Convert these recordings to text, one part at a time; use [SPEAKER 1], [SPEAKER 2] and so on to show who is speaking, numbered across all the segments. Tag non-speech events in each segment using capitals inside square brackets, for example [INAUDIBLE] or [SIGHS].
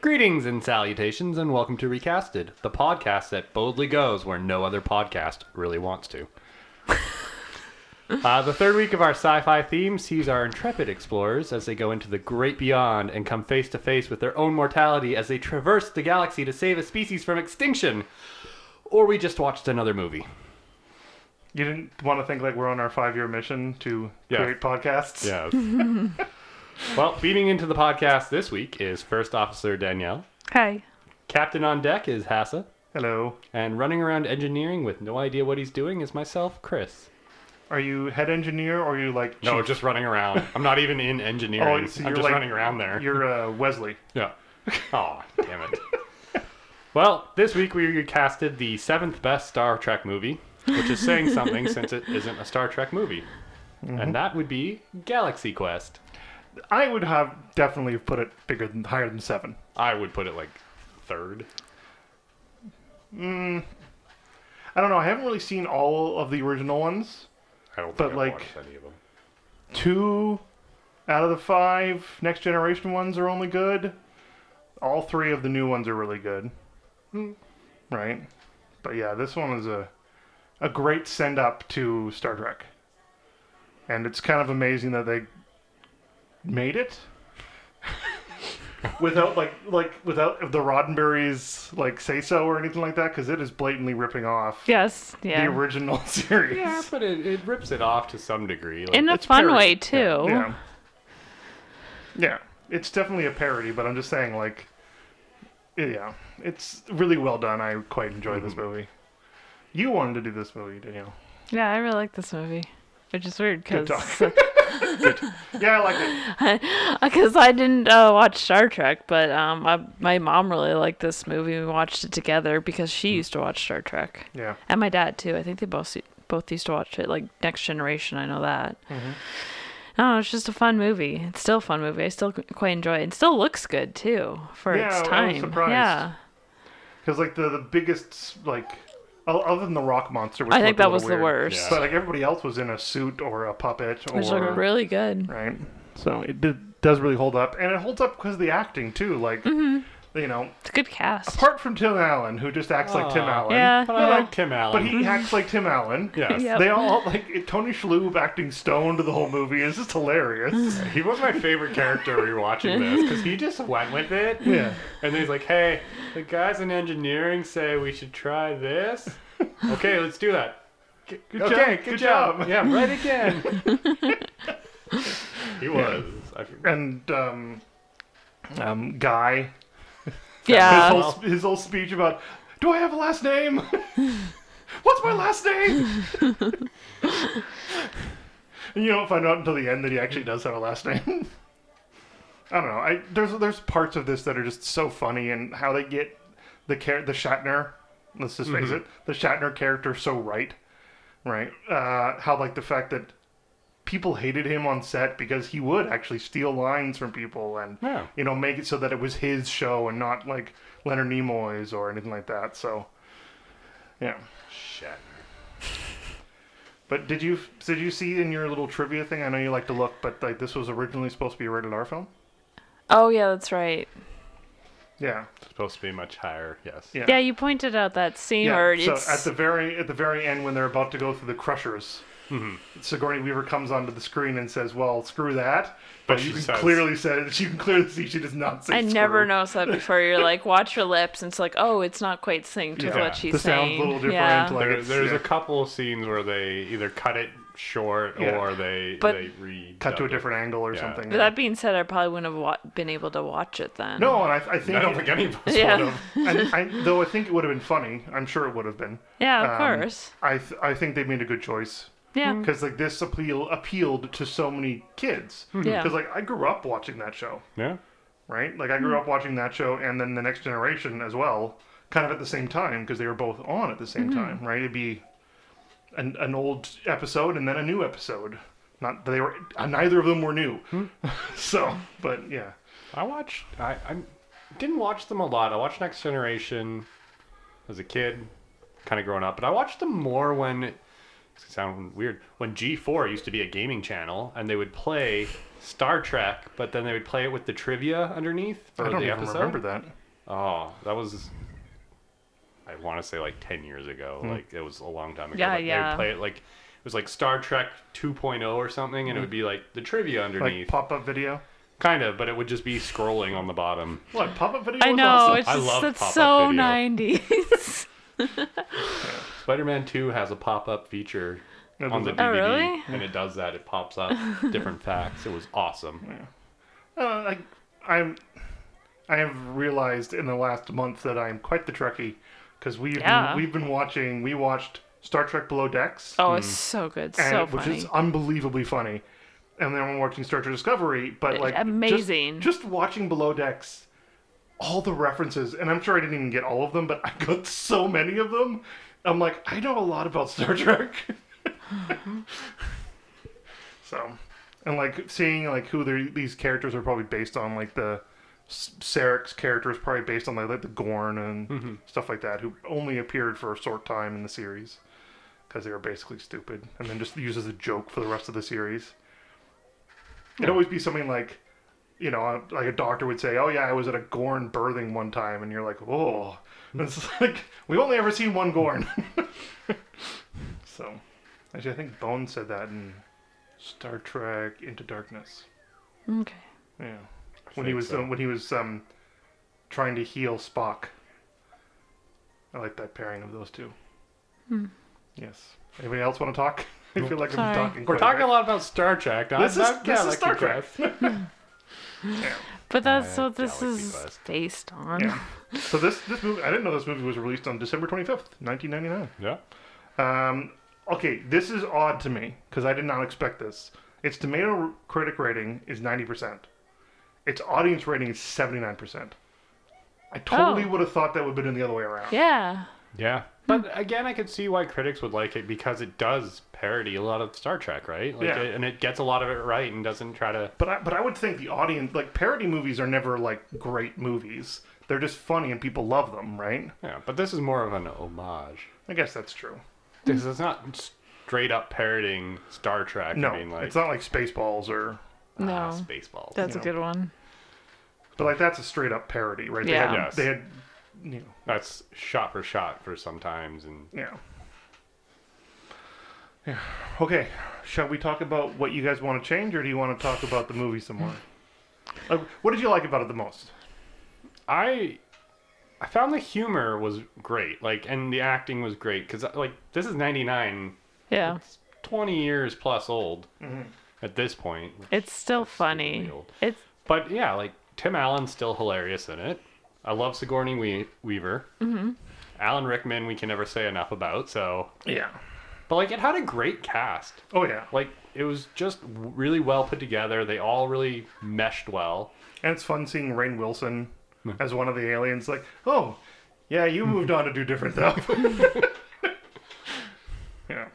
[SPEAKER 1] Greetings and salutations, and welcome to Recasted, the podcast that boldly goes where no other podcast really wants to. uh, the third week of our sci fi theme sees our intrepid explorers as they go into the great beyond and come face to face with their own mortality as they traverse the galaxy to save a species from extinction. Or we just watched another movie.
[SPEAKER 2] You didn't want to think like we're on our five year mission to
[SPEAKER 1] Yeah.
[SPEAKER 2] create podcasts?
[SPEAKER 1] Yes. [LAUGHS] well, feeding into the podcast this week is First Officer Danielle,
[SPEAKER 3] Hi.
[SPEAKER 1] Captain on Deck is Hassa.
[SPEAKER 2] Hello.
[SPEAKER 1] And running around engineering with no idea what he's doing is myself, Chris.
[SPEAKER 2] Are you head engineer or are you like
[SPEAKER 1] No,
[SPEAKER 2] chief?
[SPEAKER 1] just running around. I'm not even in engineering.
[SPEAKER 2] [LAUGHS] Oh, so
[SPEAKER 1] I'm
[SPEAKER 2] you're
[SPEAKER 1] just
[SPEAKER 2] like-
[SPEAKER 1] running around there.
[SPEAKER 2] You're uh, Wesley. [LAUGHS]
[SPEAKER 1] Yeah. Oh, damn it. [LAUGHS] well, this week we casted the seventh best Star Trek movie, which is saying something since it isn't a Star Trek movie.
[SPEAKER 2] Mm-hmm.
[SPEAKER 1] And that would be Galaxy Quest.
[SPEAKER 2] I would have definitely put it bigger than higher than seven.
[SPEAKER 1] I would put it like third.
[SPEAKER 2] I don't know. I haven't really seen all of the original ones.
[SPEAKER 1] I don't think
[SPEAKER 2] But,
[SPEAKER 1] I've
[SPEAKER 2] like-
[SPEAKER 1] watched any of them.
[SPEAKER 2] Two out of the five next generation ones are only good. All three of the new ones are really good. Right? But yeah, this one is a a great send up to Star Trek. And it's kind of amazing that they made it without like like without the Roddenberry's like say so or anything like that cuz it is blatantly ripping off
[SPEAKER 3] Yes. Yeah.
[SPEAKER 2] the original [LAUGHS] series.
[SPEAKER 1] Yeah, but it, it rips it off to some degree. Like,
[SPEAKER 3] In a
[SPEAKER 2] it's
[SPEAKER 3] fun
[SPEAKER 2] parody.
[SPEAKER 3] way too.
[SPEAKER 2] Yeah. Yeah. It's definitely a parody, but I'm just saying, like, yeah, it's really well done. I quite enjoy this movie. You wanted to do this movie, Danielle.
[SPEAKER 3] Yeah, I really like this movie, which is weird
[SPEAKER 2] Good
[SPEAKER 3] because
[SPEAKER 2] talk.
[SPEAKER 3] [LAUGHS]
[SPEAKER 2] yeah, I like it.
[SPEAKER 3] I didn't uh, watch Star Trek, but um, I, my mom really liked this movie. We watched it together because
[SPEAKER 2] Hmm.
[SPEAKER 3] she used to watch Star Trek,
[SPEAKER 2] Yeah.
[SPEAKER 3] and my dad too. I think they both both used to watch it, like Next Generation. I know that.
[SPEAKER 2] Mm-hmm.
[SPEAKER 3] No, it's just a fun movie. It's still a fun movie. I still quite enjoy it. It still looks good too for
[SPEAKER 2] Yeah, I
[SPEAKER 3] its
[SPEAKER 2] was
[SPEAKER 3] time.
[SPEAKER 2] surprised.
[SPEAKER 3] Yeah,
[SPEAKER 2] Because, like, the, the biggest, like, o- other than the rock monster, which
[SPEAKER 3] I
[SPEAKER 2] looked
[SPEAKER 3] think
[SPEAKER 2] a
[SPEAKER 3] that
[SPEAKER 2] little
[SPEAKER 3] was the
[SPEAKER 2] weird,
[SPEAKER 3] worst.
[SPEAKER 1] Yeah.
[SPEAKER 2] But, like, everybody else was in a suit or a puppet or.
[SPEAKER 3] Which looked really good.
[SPEAKER 2] right? So it did, does really hold up. And it holds up because of the acting, too. Like,
[SPEAKER 3] Mm-hmm.
[SPEAKER 2] you know,
[SPEAKER 3] It's a good cast.
[SPEAKER 2] apart from Tim Allen, who just acts like Tim
[SPEAKER 1] Aw.
[SPEAKER 2] Allen.
[SPEAKER 3] yeah,
[SPEAKER 1] But I
[SPEAKER 3] yeah.
[SPEAKER 1] like Tim Allen.
[SPEAKER 2] But he acts like Tim Allen.
[SPEAKER 1] Yes.
[SPEAKER 3] Yep.
[SPEAKER 2] They all like Tony Shalhoub acting stoned the whole movie is just hilarious.
[SPEAKER 1] He was my favorite character rewatching this because he just went with it.
[SPEAKER 2] yeah.
[SPEAKER 1] And then he's like, hey, the guys in engineering say we should try this. Okay, let's do that.
[SPEAKER 2] Good
[SPEAKER 1] okay, good, job. Yeah, right again.
[SPEAKER 2] [LAUGHS]
[SPEAKER 1] he was. I forget.
[SPEAKER 2] And um, um, Guy, his,
[SPEAKER 3] yeah.
[SPEAKER 2] whole, sp- his whole speech about, do I have a last name? [LAUGHS] What's my last name? [LAUGHS] and you don't find out until the end that he actually does have a last name. [LAUGHS] I don't know. I there's there's parts of this that are just so funny and how they get the char- the Shatner. Let's just face it, the Shatner character so right, right? Uh, how like the fact that people hated him on set because he would actually steal lines from people and
[SPEAKER 1] Yeah.
[SPEAKER 2] you know make it so that it was his show and not like Leonard Nimoy's or anything like that. So, yeah.
[SPEAKER 1] Shit.
[SPEAKER 2] But did you did you see in your little trivia thing? I know you like to look, but like this was originally supposed to be a rated R film.
[SPEAKER 3] Oh yeah, that's right.
[SPEAKER 2] Yeah,
[SPEAKER 1] It's supposed to be much higher, yes.
[SPEAKER 2] yeah.
[SPEAKER 3] Yeah, you pointed out that scene
[SPEAKER 2] Yeah,
[SPEAKER 3] where
[SPEAKER 2] so
[SPEAKER 3] it's
[SPEAKER 2] at the very at the very end, when they're about to go through the crushers,
[SPEAKER 1] Mm-hmm.
[SPEAKER 2] Sigourney Weaver comes onto the screen and says, "Well, screw that." But,
[SPEAKER 1] But she
[SPEAKER 2] you can
[SPEAKER 1] says-
[SPEAKER 2] clearly said you can clearly see she does not say.
[SPEAKER 3] I never
[SPEAKER 2] screw.
[SPEAKER 3] noticed that before. You're like, watch your lips, and it's like, oh, it's not quite synced with
[SPEAKER 2] Yeah.
[SPEAKER 3] what she's
[SPEAKER 2] The sound's a
[SPEAKER 3] saying.
[SPEAKER 2] little different,
[SPEAKER 3] Yeah.
[SPEAKER 2] like-
[SPEAKER 1] There,
[SPEAKER 2] it's-
[SPEAKER 1] there's
[SPEAKER 2] yeah.
[SPEAKER 1] a couple of scenes where they either cut it short
[SPEAKER 2] Yeah.
[SPEAKER 1] or they,
[SPEAKER 3] But-
[SPEAKER 1] they re
[SPEAKER 2] Cut to a different angle or
[SPEAKER 1] Yeah.
[SPEAKER 2] something.
[SPEAKER 3] But that being said, I probably wouldn't have wa- been able to watch it then.
[SPEAKER 2] no, and I, I think
[SPEAKER 1] I don't think any of us
[SPEAKER 3] Yeah.
[SPEAKER 1] would have.
[SPEAKER 2] and I, though I think it would have been funny. I'm sure it would have been.
[SPEAKER 3] Yeah, of
[SPEAKER 2] Um, mm,
[SPEAKER 3] course. Mm-hmm.
[SPEAKER 2] I th- I think they made a good choice
[SPEAKER 3] Yeah.
[SPEAKER 2] because like this appeal appealed to so many kids.
[SPEAKER 3] Mm-hmm. Yeah.
[SPEAKER 2] Because like I grew up watching that show.
[SPEAKER 1] Yeah.
[SPEAKER 2] right? Like I grew
[SPEAKER 3] Mm-hmm.
[SPEAKER 2] up watching that show and then The Next Generation as well, kind of at the same time because they were both on at the same
[SPEAKER 3] Mm-hmm.
[SPEAKER 2] time, right? It'd be an, an old episode and then a new episode. Not that they were uh, neither of them were new,
[SPEAKER 3] Hmm.
[SPEAKER 2] [LAUGHS] so but yeah,
[SPEAKER 1] I watched. I, I didn't watch them a lot. I watched Next Generation as a kid, kind of growing up, but I watched them more when. It's gonna sound weird. When G4 used to be a gaming channel, and they would play Star Trek, but then they would play it with the trivia underneath or
[SPEAKER 2] I don't
[SPEAKER 1] the
[SPEAKER 2] even
[SPEAKER 1] episode.
[SPEAKER 2] remember that.
[SPEAKER 1] Oh, that was I want to say like 10 years ago.
[SPEAKER 2] Hmm.
[SPEAKER 1] Like it was a long time ago.
[SPEAKER 3] Yeah,
[SPEAKER 1] but they would
[SPEAKER 3] yeah.
[SPEAKER 1] play it like it was like Star Trek 2.0 or something and it would be like the trivia
[SPEAKER 2] Hmm. Like
[SPEAKER 1] underneath.
[SPEAKER 2] pop up video.
[SPEAKER 1] kind of, but it would just be scrolling on the bottom.
[SPEAKER 2] What pop up video?
[SPEAKER 3] I
[SPEAKER 2] was
[SPEAKER 3] know.
[SPEAKER 2] awesome.
[SPEAKER 3] It's
[SPEAKER 1] I
[SPEAKER 3] just,
[SPEAKER 1] love
[SPEAKER 3] that's
[SPEAKER 1] pop-up
[SPEAKER 3] so
[SPEAKER 1] video.
[SPEAKER 3] 90s.
[SPEAKER 1] Spider-Man 2 has a pop-up feature
[SPEAKER 2] That
[SPEAKER 1] on
[SPEAKER 2] was
[SPEAKER 1] the
[SPEAKER 2] it.
[SPEAKER 1] DVD
[SPEAKER 3] Oh, really?
[SPEAKER 1] and it does that. It pops
[SPEAKER 3] [LAUGHS]
[SPEAKER 1] up different facts. It was awesome.
[SPEAKER 2] Uh, I, I'm, I have realized in the last month that I'm quite the Trekkie because we've
[SPEAKER 3] Yeah.
[SPEAKER 2] we've been watching. We watched Star Trek Below Decks,
[SPEAKER 3] [LAUGHS] Oh, it's so good.
[SPEAKER 2] Mm. and,
[SPEAKER 3] So
[SPEAKER 2] which
[SPEAKER 3] funny.
[SPEAKER 2] is unbelievably funny. And then we're watching Star Trek Discovery, but
[SPEAKER 3] It's
[SPEAKER 2] like just-
[SPEAKER 3] amazing.
[SPEAKER 2] Just, watching Below Decks, all the references, and I'm sure I didn't even get all of them, but I got so many of them. I'm like, I know a lot about Star Trek. [LAUGHS] so, and like seeing like who they're- these characters are probably based on, like the S- Sarek's character is probably based on like, like the Gorn and stuff like that, who only appeared for a short time in the series because they were basically stupid, and then just used as a joke for the rest of the series. It'd always be something like, you know, a- like a doctor would say, "Oh yeah, I was at a Gorn birthing one time," and you're like, "Whoa!" And it's [LAUGHS] like we've only ever seen one Gorn. [LAUGHS] so, actually, I think Bone said that in Star Trek Into Darkness.
[SPEAKER 3] okay.
[SPEAKER 1] Uh,
[SPEAKER 2] Yeah, when he
[SPEAKER 1] think
[SPEAKER 2] was
[SPEAKER 1] so.
[SPEAKER 2] um, when he was um, trying to heal Spock. I like that pairing of those two. Yes. Anybody else want to talk? [LAUGHS] I feel like
[SPEAKER 3] Sorry.
[SPEAKER 2] I'm talking.
[SPEAKER 1] We're
[SPEAKER 2] quite
[SPEAKER 1] talking
[SPEAKER 2] bit.
[SPEAKER 1] a lot about Star Trek.
[SPEAKER 2] This
[SPEAKER 1] I'm
[SPEAKER 2] is-
[SPEAKER 1] not-
[SPEAKER 2] this
[SPEAKER 1] yeah,
[SPEAKER 2] is
[SPEAKER 1] like
[SPEAKER 2] Star
[SPEAKER 1] the
[SPEAKER 2] Trek. [LAUGHS]
[SPEAKER 1] Quest.
[SPEAKER 3] But that's
[SPEAKER 1] Uh,
[SPEAKER 3] what this
[SPEAKER 1] Galaxy
[SPEAKER 3] is
[SPEAKER 1] Quest.
[SPEAKER 3] based on.
[SPEAKER 2] Yeah. [LAUGHS] So this this movie, I didn't know this movie was released on December twenty fifth, nineteen ninety nine.
[SPEAKER 1] Yeah.
[SPEAKER 2] Um, okay, this is odd to me because I did not expect this. Its tomato critic rating is ninety percent. Its audience rating is seventy nine percent. I totally
[SPEAKER 3] Oh.
[SPEAKER 2] would have thought that would have been the other way around.
[SPEAKER 3] Yeah.
[SPEAKER 1] Yeah. But again, I could see why critics would like it because it does parody a lot of Star Trek, right? Like,
[SPEAKER 2] Yeah.
[SPEAKER 1] it- and it gets a lot of it right and doesn't try to.
[SPEAKER 2] But I, but I would think the audience like parody movies are never like great movies. They're just funny and people love them, right?
[SPEAKER 1] Yeah. But this is more of an homage.
[SPEAKER 2] I guess that's true.
[SPEAKER 1] This is not straight up parodying Star Trek.
[SPEAKER 2] No,
[SPEAKER 1] I mean, like,
[SPEAKER 2] it's not like Spaceballs or.
[SPEAKER 1] ah,
[SPEAKER 3] No.
[SPEAKER 1] Spaceballs.
[SPEAKER 3] That's
[SPEAKER 2] Yeah.
[SPEAKER 3] a good one.
[SPEAKER 2] But like that's a straight up parody, right?
[SPEAKER 3] Yeah.
[SPEAKER 2] They had,
[SPEAKER 1] Yes.
[SPEAKER 2] they had you know,
[SPEAKER 1] That's shot for shot for sometimes. And
[SPEAKER 2] yeah. Yeah. Okay. Shall we talk about what you guys want to change, or do you want to talk about the movie some more? Like, what did you like about it the most?
[SPEAKER 1] I I found the humor was great, like, and the acting was great because, like, this is '99,
[SPEAKER 3] Yeah.
[SPEAKER 1] 20 years plus old at this point.
[SPEAKER 3] It's still funny.
[SPEAKER 1] stupidly old.
[SPEAKER 3] It's
[SPEAKER 1] But yeah, like Tim Allen's still hilarious in it. I love Sigourney we- Weaver. Mm-hmm. Alan Rickman, we can never say enough about. So,
[SPEAKER 2] Yeah.
[SPEAKER 1] but like, it had a great cast.
[SPEAKER 2] Oh yeah.
[SPEAKER 1] Like, it was just w- really well put together. They all really meshed well.
[SPEAKER 2] And it's fun seeing Rain Wilson as one of the aliens. Like, oh, yeah, you moved on to do different stuff. [LAUGHS] yeah.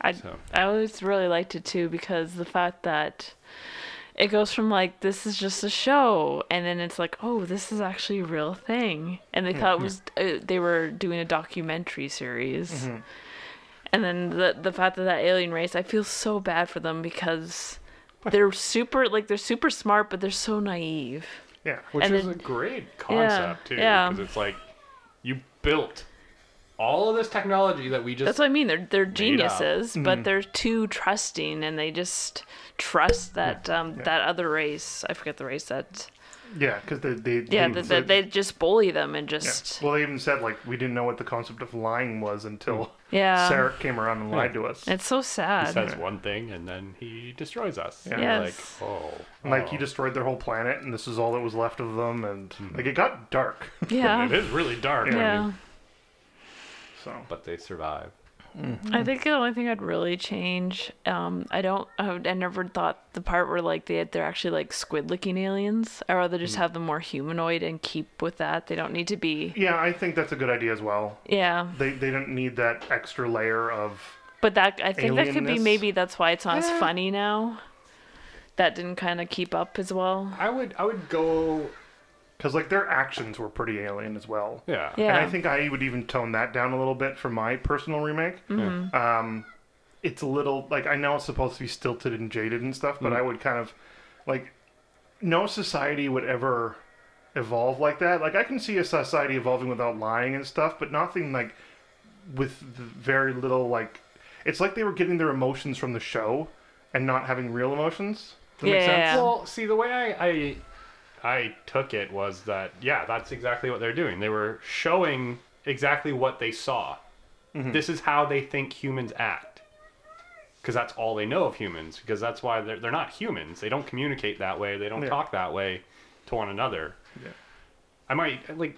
[SPEAKER 3] I
[SPEAKER 1] So.
[SPEAKER 3] I always really liked it too because the fact that it goes from like this is just a show and then it's like oh this is actually a real thing and they thought it was
[SPEAKER 1] Mm-hmm.
[SPEAKER 3] uh, they were doing a documentary series and then the the fact that that alien race I feel so bad for them because they're super like they're super smart but they're so naive
[SPEAKER 2] Yeah.
[SPEAKER 1] which
[SPEAKER 3] And
[SPEAKER 1] is
[SPEAKER 3] then-
[SPEAKER 1] a great concept too
[SPEAKER 3] yeah.
[SPEAKER 1] because it's like you built all of this technology that we just
[SPEAKER 3] That's what I mean. They're they're
[SPEAKER 1] up. Mm-hmm.
[SPEAKER 3] geniuses, but they're too trusting, and they just trust that um, that other race. I forget the race that.
[SPEAKER 2] Yeah, because they, they
[SPEAKER 3] Yeah,
[SPEAKER 2] they,
[SPEAKER 3] that that they just bully them and just yeah.
[SPEAKER 2] Well, they even said like we didn't know what the concept of lying was until
[SPEAKER 3] Yeah.
[SPEAKER 2] Sarek came around and lied to us.
[SPEAKER 3] It's so sad.
[SPEAKER 1] says one thing and then he destroys us And
[SPEAKER 3] Yeah.
[SPEAKER 1] you're
[SPEAKER 3] Yes.
[SPEAKER 1] like oh
[SPEAKER 2] Like he destroyed their whole planet, and this is all that was left of them, and like it got dark. [LAUGHS]
[SPEAKER 3] yeah.
[SPEAKER 1] it is really dark I mean,
[SPEAKER 3] Yeah.
[SPEAKER 2] So
[SPEAKER 1] but they survive
[SPEAKER 3] I think the only thing I'd really change, um, I don't, I, would- I never thought the part where like they they're actually like squid looking aliens. I rather
[SPEAKER 1] Mm.
[SPEAKER 3] just have them more humanoid and keep with that. They don't need to be.
[SPEAKER 2] yeah, I think that's a good idea as well.
[SPEAKER 3] Yeah,
[SPEAKER 2] They they didn't need that extra layer of
[SPEAKER 3] But that I think that could be
[SPEAKER 2] Alienness?
[SPEAKER 3] maybe that's why it's not as
[SPEAKER 1] Yeah.
[SPEAKER 3] funny now. That didn't kind of keep up as well.
[SPEAKER 1] I would I would go
[SPEAKER 2] because like their actions were pretty alien as well.
[SPEAKER 1] yeah
[SPEAKER 3] Yeah. Mm-hmm.
[SPEAKER 2] And I think I would even tone that down a little bit for my personal remake. Um, it's a little like I know it's supposed to be stilted and jaded and stuff, but I would kind of like no society would ever evolve like that. Like I can see a society evolving without lying and stuff, but nothing like with the very little like it's like they were getting their emotions from the show and not having real emotions. Does that make sense?
[SPEAKER 3] Yeah.
[SPEAKER 1] Well, see, the way I, I I took it was that yeah, that's exactly what they're doing. They were showing exactly what they saw.
[SPEAKER 2] Mm-hmm.
[SPEAKER 1] This is how they think humans act. Because that's all they know of humans. Because that's why they're, they're not humans. They don't communicate that way. They don't
[SPEAKER 2] Yeah.
[SPEAKER 1] talk that way to one another.
[SPEAKER 2] Yeah.
[SPEAKER 1] I might like.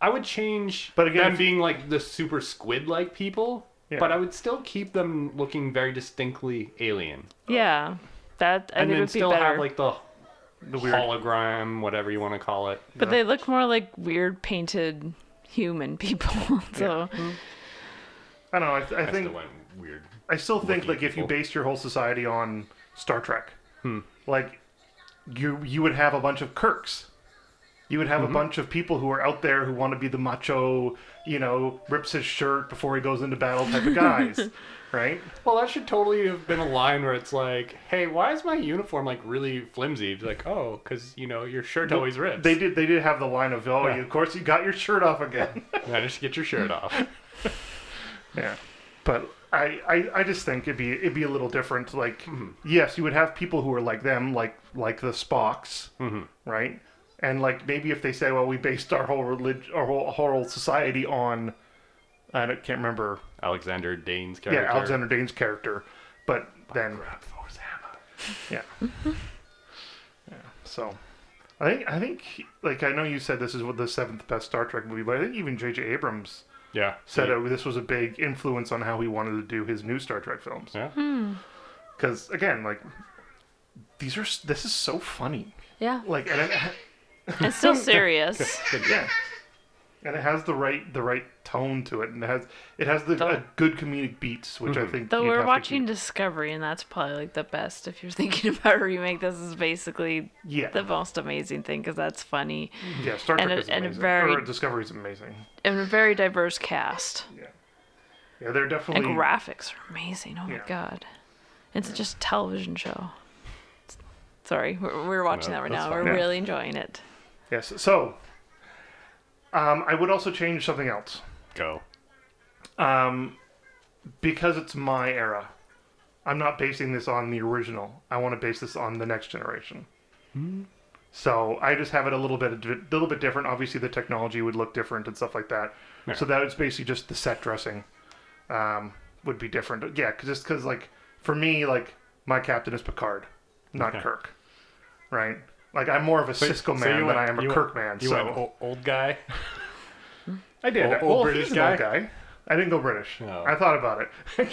[SPEAKER 1] I would change,
[SPEAKER 2] But again,
[SPEAKER 1] them
[SPEAKER 2] if-
[SPEAKER 1] being like the super squid-like people.
[SPEAKER 2] Yeah.
[SPEAKER 1] But I would still keep them looking very distinctly alien,
[SPEAKER 3] Yeah, that I
[SPEAKER 1] and
[SPEAKER 3] think
[SPEAKER 1] then
[SPEAKER 3] would be
[SPEAKER 1] still
[SPEAKER 3] better.
[SPEAKER 1] have like the
[SPEAKER 2] The weird
[SPEAKER 1] hologram, whatever you want to call it.
[SPEAKER 3] but they look more like weird painted human people. [LAUGHS] so
[SPEAKER 2] I don't know. I, th- I
[SPEAKER 1] I
[SPEAKER 2] think
[SPEAKER 1] still went weird.
[SPEAKER 2] I still think
[SPEAKER 1] looking
[SPEAKER 2] like if you
[SPEAKER 1] people. Hmm.
[SPEAKER 2] based your whole society on Star Trek, like you you would have a bunch of Kirks. You would have
[SPEAKER 1] Mm-hmm.
[SPEAKER 2] a bunch of people who are out there who want to be the macho, you know, rips his shirt before he goes into battle type
[SPEAKER 1] [LAUGHS]
[SPEAKER 2] of guys, right?
[SPEAKER 1] Well, that should totally have been a line where it's like, "Hey, why is my uniform like really flimsy?" It's like, "Oh, because you know your shirt always rips." [LAUGHS]
[SPEAKER 2] They did they did have the line of oh,
[SPEAKER 1] Yeah.
[SPEAKER 2] you, of course you got your shirt off again.
[SPEAKER 1] managed to get your shirt off.
[SPEAKER 2] Yeah, but I, I I just think it'd be it'd be a little different. Like, yes, you would have people who are like them, like like the Spocks, right? And like maybe if they say, well, we based our whole relig- our whole, whole society on, I don't, can't remember.
[SPEAKER 1] [LAUGHS] Alexander Dane's character.
[SPEAKER 2] Yeah, Alexander Dane's character, but then yeah, yeah. So. I think I think like I know you said this is what the seventh best Star Trek movie, but I think even J.J. Abrams
[SPEAKER 1] Yeah.
[SPEAKER 2] said uh, this was a big influence on how he wanted to do his new Star Trek films.
[SPEAKER 1] Yeah.
[SPEAKER 3] Hmm.
[SPEAKER 2] Because again, like these are s- this is so funny.
[SPEAKER 3] yeah,
[SPEAKER 2] Like and it,
[SPEAKER 3] it's
[SPEAKER 2] [LAUGHS]
[SPEAKER 3] still serious.
[SPEAKER 2] yeah, and it has the right the right tone to it, and it has it has the
[SPEAKER 3] Totally.
[SPEAKER 2] uh, good comedic beats, which
[SPEAKER 1] Mm-hmm.
[SPEAKER 2] I think.
[SPEAKER 3] Though
[SPEAKER 2] you'd
[SPEAKER 3] we're
[SPEAKER 2] have to
[SPEAKER 3] watching
[SPEAKER 2] keep-
[SPEAKER 3] Discovery, and that's probably like the best. If you're [LAUGHS] thinking about a remake, this is basically
[SPEAKER 2] Yeah,
[SPEAKER 3] the most amazing thing because that's funny
[SPEAKER 2] yeah. Star
[SPEAKER 3] and
[SPEAKER 2] Trek
[SPEAKER 3] a-
[SPEAKER 2] is
[SPEAKER 3] and a
[SPEAKER 2] amazing.
[SPEAKER 3] very-
[SPEAKER 2] Or Discovery is amazing.
[SPEAKER 3] and a very diverse cast.
[SPEAKER 2] Yeah, yeah. They're
[SPEAKER 3] And
[SPEAKER 2] definitely
[SPEAKER 3] graphics are amazing. Oh my
[SPEAKER 2] Yeah.
[SPEAKER 3] god, it's just a television show. Sorry, we're, we're watching
[SPEAKER 1] No,
[SPEAKER 3] that right
[SPEAKER 1] that's
[SPEAKER 3] now.
[SPEAKER 1] fine.
[SPEAKER 3] We're
[SPEAKER 2] Yeah.
[SPEAKER 3] really enjoying it.
[SPEAKER 2] yes. So, um, I would also change something else.
[SPEAKER 1] Go.
[SPEAKER 2] um, because it's my era. I'm not basing this on the original. I want to base this on the next generation. So I just have it a little bit a little bit different. Obviously, the technology would look different and stuff like that.
[SPEAKER 1] Yeah.
[SPEAKER 2] So that is basically just the set dressing um, would be different. Yeah, cause just because like for me, like my captain is Picard, not
[SPEAKER 1] Okay.
[SPEAKER 2] Kirk, right? Like I'm more of a Cisco man than I am a Kirk man.
[SPEAKER 1] You
[SPEAKER 2] so
[SPEAKER 1] went o- old [LAUGHS] guy.
[SPEAKER 2] I did.
[SPEAKER 1] Old-
[SPEAKER 2] Old,
[SPEAKER 1] old British
[SPEAKER 2] British guy.
[SPEAKER 1] guy?
[SPEAKER 2] guy. I didn't go British.
[SPEAKER 1] No.
[SPEAKER 2] I thought about it.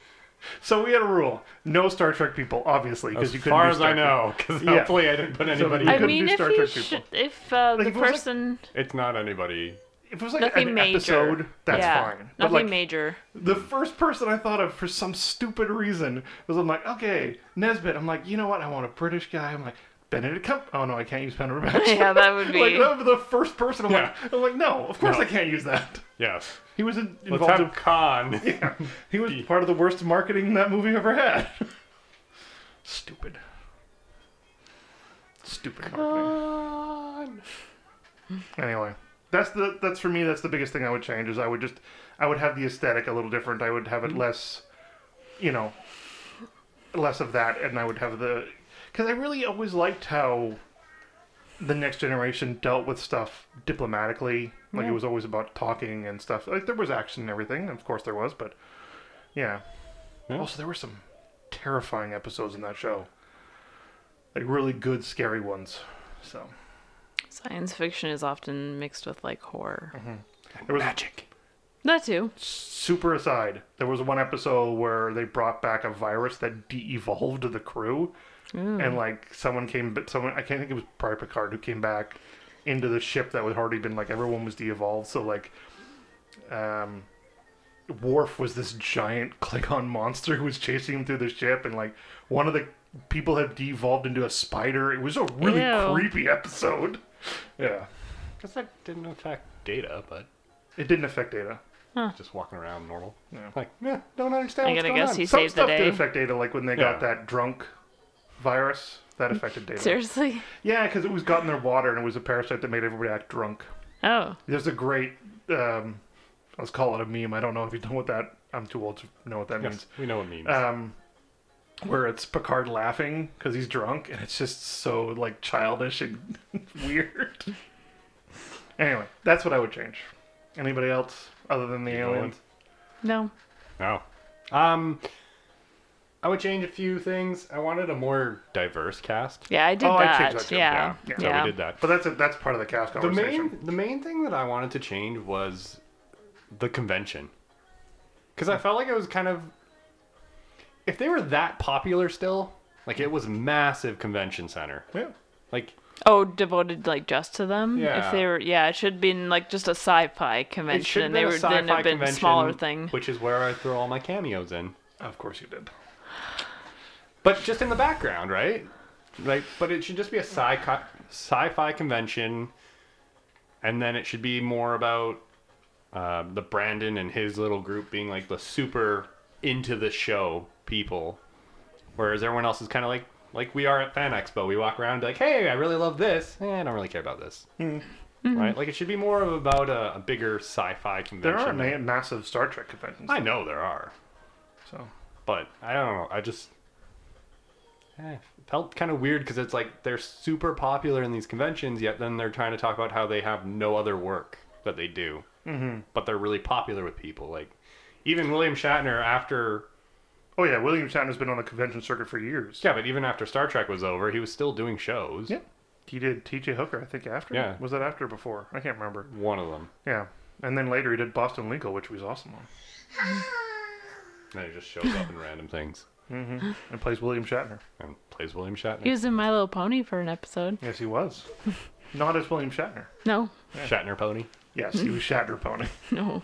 [SPEAKER 2] [LAUGHS] so we had a rule: no Star Trek people, obviously, because
[SPEAKER 1] As
[SPEAKER 2] you couldn't.
[SPEAKER 1] far
[SPEAKER 2] do
[SPEAKER 1] as
[SPEAKER 2] Star
[SPEAKER 1] I know, because
[SPEAKER 2] Yeah.
[SPEAKER 1] hopefully I didn't put anybody.
[SPEAKER 2] You
[SPEAKER 3] I
[SPEAKER 2] couldn't
[SPEAKER 3] mean,
[SPEAKER 2] do
[SPEAKER 3] if
[SPEAKER 2] Star
[SPEAKER 3] you
[SPEAKER 2] Trek
[SPEAKER 3] should,
[SPEAKER 2] people.
[SPEAKER 3] if uh,
[SPEAKER 2] Like,
[SPEAKER 3] the
[SPEAKER 2] if it was, like,
[SPEAKER 3] person
[SPEAKER 1] it's not anybody.
[SPEAKER 2] Trek. If it was like
[SPEAKER 3] nothing
[SPEAKER 2] an
[SPEAKER 3] major,
[SPEAKER 2] episode, that's
[SPEAKER 3] yeah,
[SPEAKER 2] fine. But
[SPEAKER 3] Nothing
[SPEAKER 2] like
[SPEAKER 3] major.
[SPEAKER 2] the first person I thought of for some stupid reason was I'm like, okay, Nesbitt. I'm like, you know what? I want a British guy. I'm like. Benedict Cum. Oh no, I can't use Benedict
[SPEAKER 3] [LAUGHS]
[SPEAKER 2] Cumberbatch.
[SPEAKER 3] Yeah, that
[SPEAKER 2] [LAUGHS]
[SPEAKER 3] would
[SPEAKER 2] like
[SPEAKER 3] be-
[SPEAKER 2] that was the first person. I'm
[SPEAKER 1] Yeah.
[SPEAKER 2] like, I'm like, no, of course
[SPEAKER 1] No.
[SPEAKER 2] I can't use that.
[SPEAKER 1] Yes.
[SPEAKER 2] He was in,
[SPEAKER 1] Let's
[SPEAKER 2] involved in
[SPEAKER 1] have Khan.
[SPEAKER 2] [LAUGHS]
[SPEAKER 1] [LAUGHS]
[SPEAKER 2] Yeah, he was part of the worst marketing that movie ever had. Stupid. Stupid marketing.
[SPEAKER 1] Khan.
[SPEAKER 2] Anyway, that's the that's for me. That's the biggest thing I would change is I would just I would have the aesthetic a little different. I would have it less, you know, less of that, and I would have the because I really always liked how the next generation dealt with stuff diplomatically. Like it was always about talking and stuff. Like there was action and everything. Of course there was, but yeah.
[SPEAKER 1] Yeah.
[SPEAKER 2] Also, there were some terrifying episodes in that show. Like really good, scary ones. So
[SPEAKER 3] Science fiction is often mixed with like horror.
[SPEAKER 2] there was
[SPEAKER 1] Magic.
[SPEAKER 3] That too.
[SPEAKER 2] super aside. There was one episode where they brought back a virus that de-evolved the crew, and like someone came, but someone I can't think it was probably Picard who came back into the ship that had already been like everyone was de-evolved. So like, um, Worf was this giant [LAUGHS] Klingon monster who was chasing him through the ship, and like one of the people had de-evolved into a spider. It was a really
[SPEAKER 3] Ew.
[SPEAKER 2] creepy episode. [LAUGHS] Yeah,
[SPEAKER 1] Because that didn't affect data, but
[SPEAKER 2] it didn't affect Data.
[SPEAKER 1] just walking around normal.
[SPEAKER 2] Yeah.
[SPEAKER 1] Like, yeah, don't understand.
[SPEAKER 3] I
[SPEAKER 1] what's
[SPEAKER 3] gotta
[SPEAKER 1] going
[SPEAKER 3] guess
[SPEAKER 1] on.
[SPEAKER 3] he
[SPEAKER 2] Some
[SPEAKER 3] saved the
[SPEAKER 2] stuff did
[SPEAKER 3] day.
[SPEAKER 2] affect Data, like when they got
[SPEAKER 1] Yeah.
[SPEAKER 2] that drunk virus. That affected Data.
[SPEAKER 3] Seriously? [LAUGHS]
[SPEAKER 2] Yeah, because it was got in their water and it was a parasite that made everybody act drunk.
[SPEAKER 3] Oh.
[SPEAKER 2] There's a great, um, let's call it a meme. I don't know if you know what that. I'm too old to know what that means.
[SPEAKER 1] Yes, we know what it means.
[SPEAKER 2] Um, where it's Picard laughing because he's drunk, and it's just so like childish and [LAUGHS] weird. anyway, that's what I would change. Anybody else other than the
[SPEAKER 1] going?
[SPEAKER 2] aliens?
[SPEAKER 3] No.
[SPEAKER 1] No. Um, I would change a few things. I wanted a more diverse cast.
[SPEAKER 3] Yeah, I did
[SPEAKER 2] Oh, I
[SPEAKER 3] that.
[SPEAKER 2] changed that too.
[SPEAKER 3] Yeah.
[SPEAKER 2] Yeah.
[SPEAKER 3] Yeah.
[SPEAKER 2] So
[SPEAKER 1] So we did that.
[SPEAKER 2] But that's it. That's part of the cast
[SPEAKER 1] The
[SPEAKER 2] conversation.
[SPEAKER 1] main the main thing that I wanted to change was the convention. Cuz I felt like it was kind of if they were that popular still, like it was massive convention center.
[SPEAKER 2] Yeah.
[SPEAKER 1] Like
[SPEAKER 3] Oh, devoted like just to them.
[SPEAKER 1] Yeah.
[SPEAKER 3] If they were, yeah, it should have been like just a sci-fi
[SPEAKER 1] it
[SPEAKER 3] convention,
[SPEAKER 1] should have
[SPEAKER 3] and
[SPEAKER 1] been
[SPEAKER 3] they
[SPEAKER 1] a
[SPEAKER 3] were then
[SPEAKER 1] sci-fi
[SPEAKER 3] a bit
[SPEAKER 1] convention,
[SPEAKER 3] smaller thing.
[SPEAKER 1] which is where I throw all my cameos in.
[SPEAKER 2] Of course you did.
[SPEAKER 1] But just in the background, right? Like, but it should just be a sci sci-fi convention, and then it should be more about uh, the Brandon and his little group being like the super into the show people, whereas everyone else is kind of like like we are at Fan Expo. We walk around like, hey, I really love this. Eh, I don't really care about this. Right? Like, it should be more of about a, a bigger sci-fi convention.
[SPEAKER 2] There are ma- massive Star Trek conventions.
[SPEAKER 1] I know there are
[SPEAKER 2] So
[SPEAKER 1] but I don't know. I just eh, felt kind of weird because it's like they're super popular in these conventions, yet then they're trying to talk about how they have no other work that they do, mm-hmm. but they're really popular with people. Like even William Shatner after
[SPEAKER 2] Oh yeah, William Shatner's been on the convention circuit for years.
[SPEAKER 1] yeah, but even after Star Trek was over, he was still doing shows.
[SPEAKER 2] Yeah. He did T.J. Hooker, I think. After
[SPEAKER 1] Yeah.
[SPEAKER 2] was that after or before? I can't remember.
[SPEAKER 1] One of them,
[SPEAKER 2] Yeah, and then later he did Boston Legal, which was awesome on,
[SPEAKER 1] and he just shows up in random things
[SPEAKER 2] and plays William Shatner.
[SPEAKER 1] and plays William Shatner.
[SPEAKER 3] He was in My Little Pony for an episode.
[SPEAKER 2] Yes,
[SPEAKER 1] [LAUGHS]
[SPEAKER 2] he was. Not as William Shatner.
[SPEAKER 3] No, [LAUGHS]
[SPEAKER 1] Shatner pony.
[SPEAKER 2] Yes,
[SPEAKER 1] [LAUGHS]
[SPEAKER 2] he was Shatner Pony.
[SPEAKER 3] no.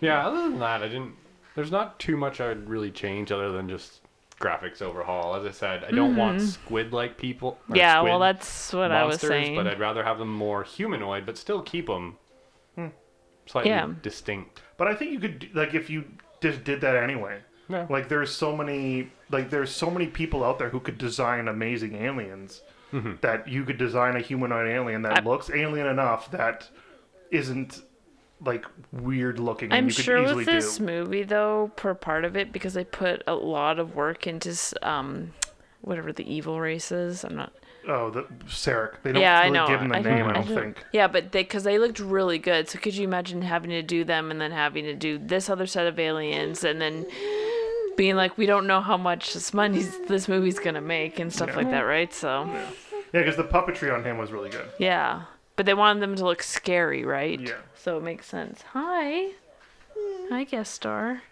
[SPEAKER 1] Yeah. Other than that, I didn't. There's not too much I'd really change other than just graphics overhaul. As I said, I don't want squid-like people. or
[SPEAKER 3] Mm-hmm. Yeah,
[SPEAKER 1] squid
[SPEAKER 3] well, that's what I was
[SPEAKER 1] monsters,
[SPEAKER 3] saying.
[SPEAKER 1] but I'd rather have them more humanoid, but still keep them Hmm. slightly
[SPEAKER 3] Yeah.
[SPEAKER 1] distinct.
[SPEAKER 2] But I think you could do- like if you just did that anyway.
[SPEAKER 1] Yeah.
[SPEAKER 2] Like there's so many like there's so many people out there who could design amazing aliens that you could design a humanoid alien that
[SPEAKER 3] I-
[SPEAKER 2] looks alien enough that isn't like weird looking. and
[SPEAKER 3] I'm
[SPEAKER 2] you could
[SPEAKER 3] sure
[SPEAKER 2] easily
[SPEAKER 3] with this
[SPEAKER 2] do.
[SPEAKER 3] movie though, for part of it, because I put a lot of work into s- um, whatever the evil race is. I'm not.
[SPEAKER 2] Oh, the Sarek. They don't
[SPEAKER 3] yeah,
[SPEAKER 2] really
[SPEAKER 3] I know.
[SPEAKER 2] give him a
[SPEAKER 3] I
[SPEAKER 2] name. I
[SPEAKER 3] I
[SPEAKER 2] don't think.
[SPEAKER 3] Yeah, but they because they looked really good. So could you imagine having to do them and then having to do this other set of aliens and then being like, we don't know how much this money's this movie's gonna make and stuff like that, right? So yeah.
[SPEAKER 2] Yeah, because the puppetry on him was really good.
[SPEAKER 3] but they wanted them to look scary, right?
[SPEAKER 2] Yeah.
[SPEAKER 3] So it makes sense. Hi, hi, guest star.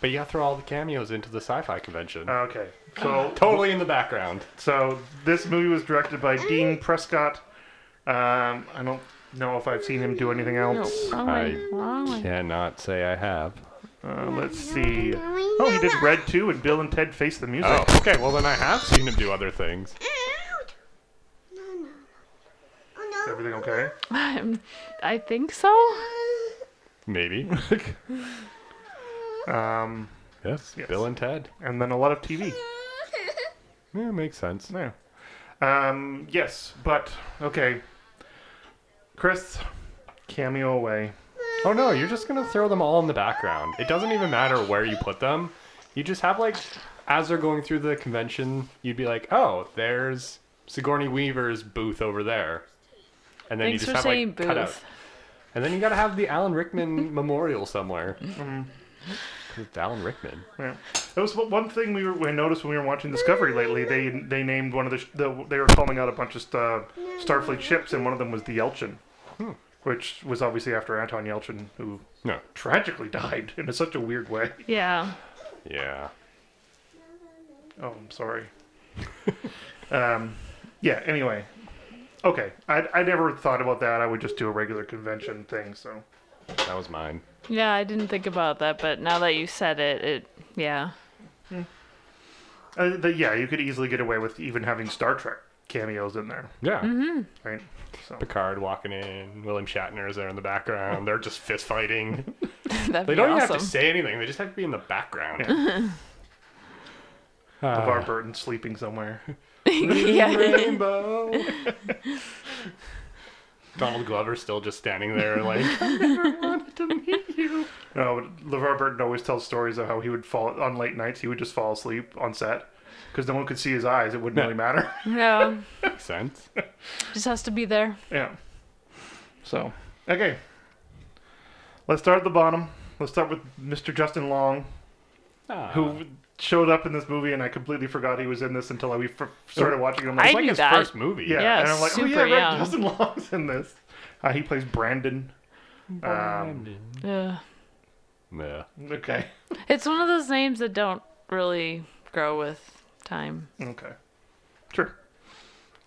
[SPEAKER 1] But you gotta throw all the cameos into the sci-fi convention.
[SPEAKER 2] Okay,
[SPEAKER 3] Oh.
[SPEAKER 2] so
[SPEAKER 1] totally in the
[SPEAKER 3] [LAUGHS]
[SPEAKER 1] background.
[SPEAKER 2] so this movie was directed by Dean Prescott. Um, I don't know if I've seen him do anything
[SPEAKER 3] No,
[SPEAKER 2] else.
[SPEAKER 3] wrong way, wrong way. [LAUGHS]
[SPEAKER 1] Cannot say I have.
[SPEAKER 2] Uh, let's see. Oh, he did Red 2 and Bill and Ted Face the Music.
[SPEAKER 1] Oh, okay. Well, then I have seen him do other things.
[SPEAKER 2] Is everything okay?
[SPEAKER 3] I'm- I think so.
[SPEAKER 1] [LAUGHS] Maybe.
[SPEAKER 2] Um,
[SPEAKER 1] yes,
[SPEAKER 2] Yes.
[SPEAKER 1] Bill and Ted.
[SPEAKER 2] and then a lot of TV.
[SPEAKER 1] Yeah, makes sense.
[SPEAKER 2] Yeah. Um, yes, but okay. Chris, cameo away.
[SPEAKER 1] Oh no, you're just gonna throw them all in the background. It doesn't even matter where you put them. You just have like, as they're going through the convention, you'd be like, oh, there's Sigourney Weaver's booth over there, and then
[SPEAKER 3] Thanks
[SPEAKER 1] you
[SPEAKER 3] for
[SPEAKER 1] just have
[SPEAKER 3] saying
[SPEAKER 1] like
[SPEAKER 3] booth.
[SPEAKER 1] cutout. And then you gotta have the Alan
[SPEAKER 3] [LAUGHS]
[SPEAKER 1] Rickman memorial somewhere.
[SPEAKER 3] Mm-hmm.
[SPEAKER 1] 'Cause It's Alan Rickman.
[SPEAKER 2] Yeah. That was one thing we, were, we noticed when we were watching Discovery lately. They they named one of the, sh- the they were calling out a bunch of uh, Starfleet ships, and one of them was the Yelchin, which was obviously after Anton Yelchin, who
[SPEAKER 1] No.
[SPEAKER 2] tragically [LAUGHS] died in such a weird way.
[SPEAKER 3] Yeah.
[SPEAKER 1] Yeah.
[SPEAKER 2] Oh, I'm sorry. um, yeah. Anyway, okay. I I never thought about that. I would just do a regular convention thing. So
[SPEAKER 1] That was mine.
[SPEAKER 3] Yeah, I didn't think about that, but now that you said it, it yeah.
[SPEAKER 2] uh, the, yeah, you could easily get away with even having Star Trek cameos in there,
[SPEAKER 1] Yeah.
[SPEAKER 3] Mm-hmm.
[SPEAKER 2] right? So
[SPEAKER 1] Picard walking in, William Shatner is there in the background. They're just fist fighting.
[SPEAKER 3] That'd
[SPEAKER 1] They
[SPEAKER 3] be
[SPEAKER 1] don't even
[SPEAKER 3] awesome.
[SPEAKER 1] have to say anything, they just have to be in the background. [LAUGHS] uh,
[SPEAKER 2] LeVar Burton sleeping somewhere. [LAUGHS]
[SPEAKER 3] yeah.
[SPEAKER 1] rainbow. [LAUGHS] Donald Glover's still just standing there, [LAUGHS] like,
[SPEAKER 2] No, but LeVar Burton always tells stories of how he would fall on late nights. He would just fall asleep on set because no one could see his eyes. It wouldn't really matter.
[SPEAKER 3] [LAUGHS]
[SPEAKER 2] [LAUGHS]
[SPEAKER 3] No.
[SPEAKER 1] makes sense.
[SPEAKER 3] Just has to be there.
[SPEAKER 2] yeah. So okay, let's start at the bottom. Let's start with Mr. Justin Long,
[SPEAKER 1] Ah.
[SPEAKER 2] who showed up in this movie, and I completely forgot he was in this until we f- started watching him.
[SPEAKER 1] It's
[SPEAKER 3] I
[SPEAKER 1] like
[SPEAKER 3] knew
[SPEAKER 1] his
[SPEAKER 3] that.
[SPEAKER 1] first movie.
[SPEAKER 2] yeah,
[SPEAKER 3] Yeah,
[SPEAKER 2] and I'm like, oh
[SPEAKER 3] super
[SPEAKER 2] yeah, right,
[SPEAKER 3] young.
[SPEAKER 2] Justin Long's in this. Uh, he plays Brandon. Um,
[SPEAKER 3] Ugh.
[SPEAKER 1] yeah.
[SPEAKER 2] okay,
[SPEAKER 3] It's one of those names that don't really grow with time.
[SPEAKER 2] okay, sure.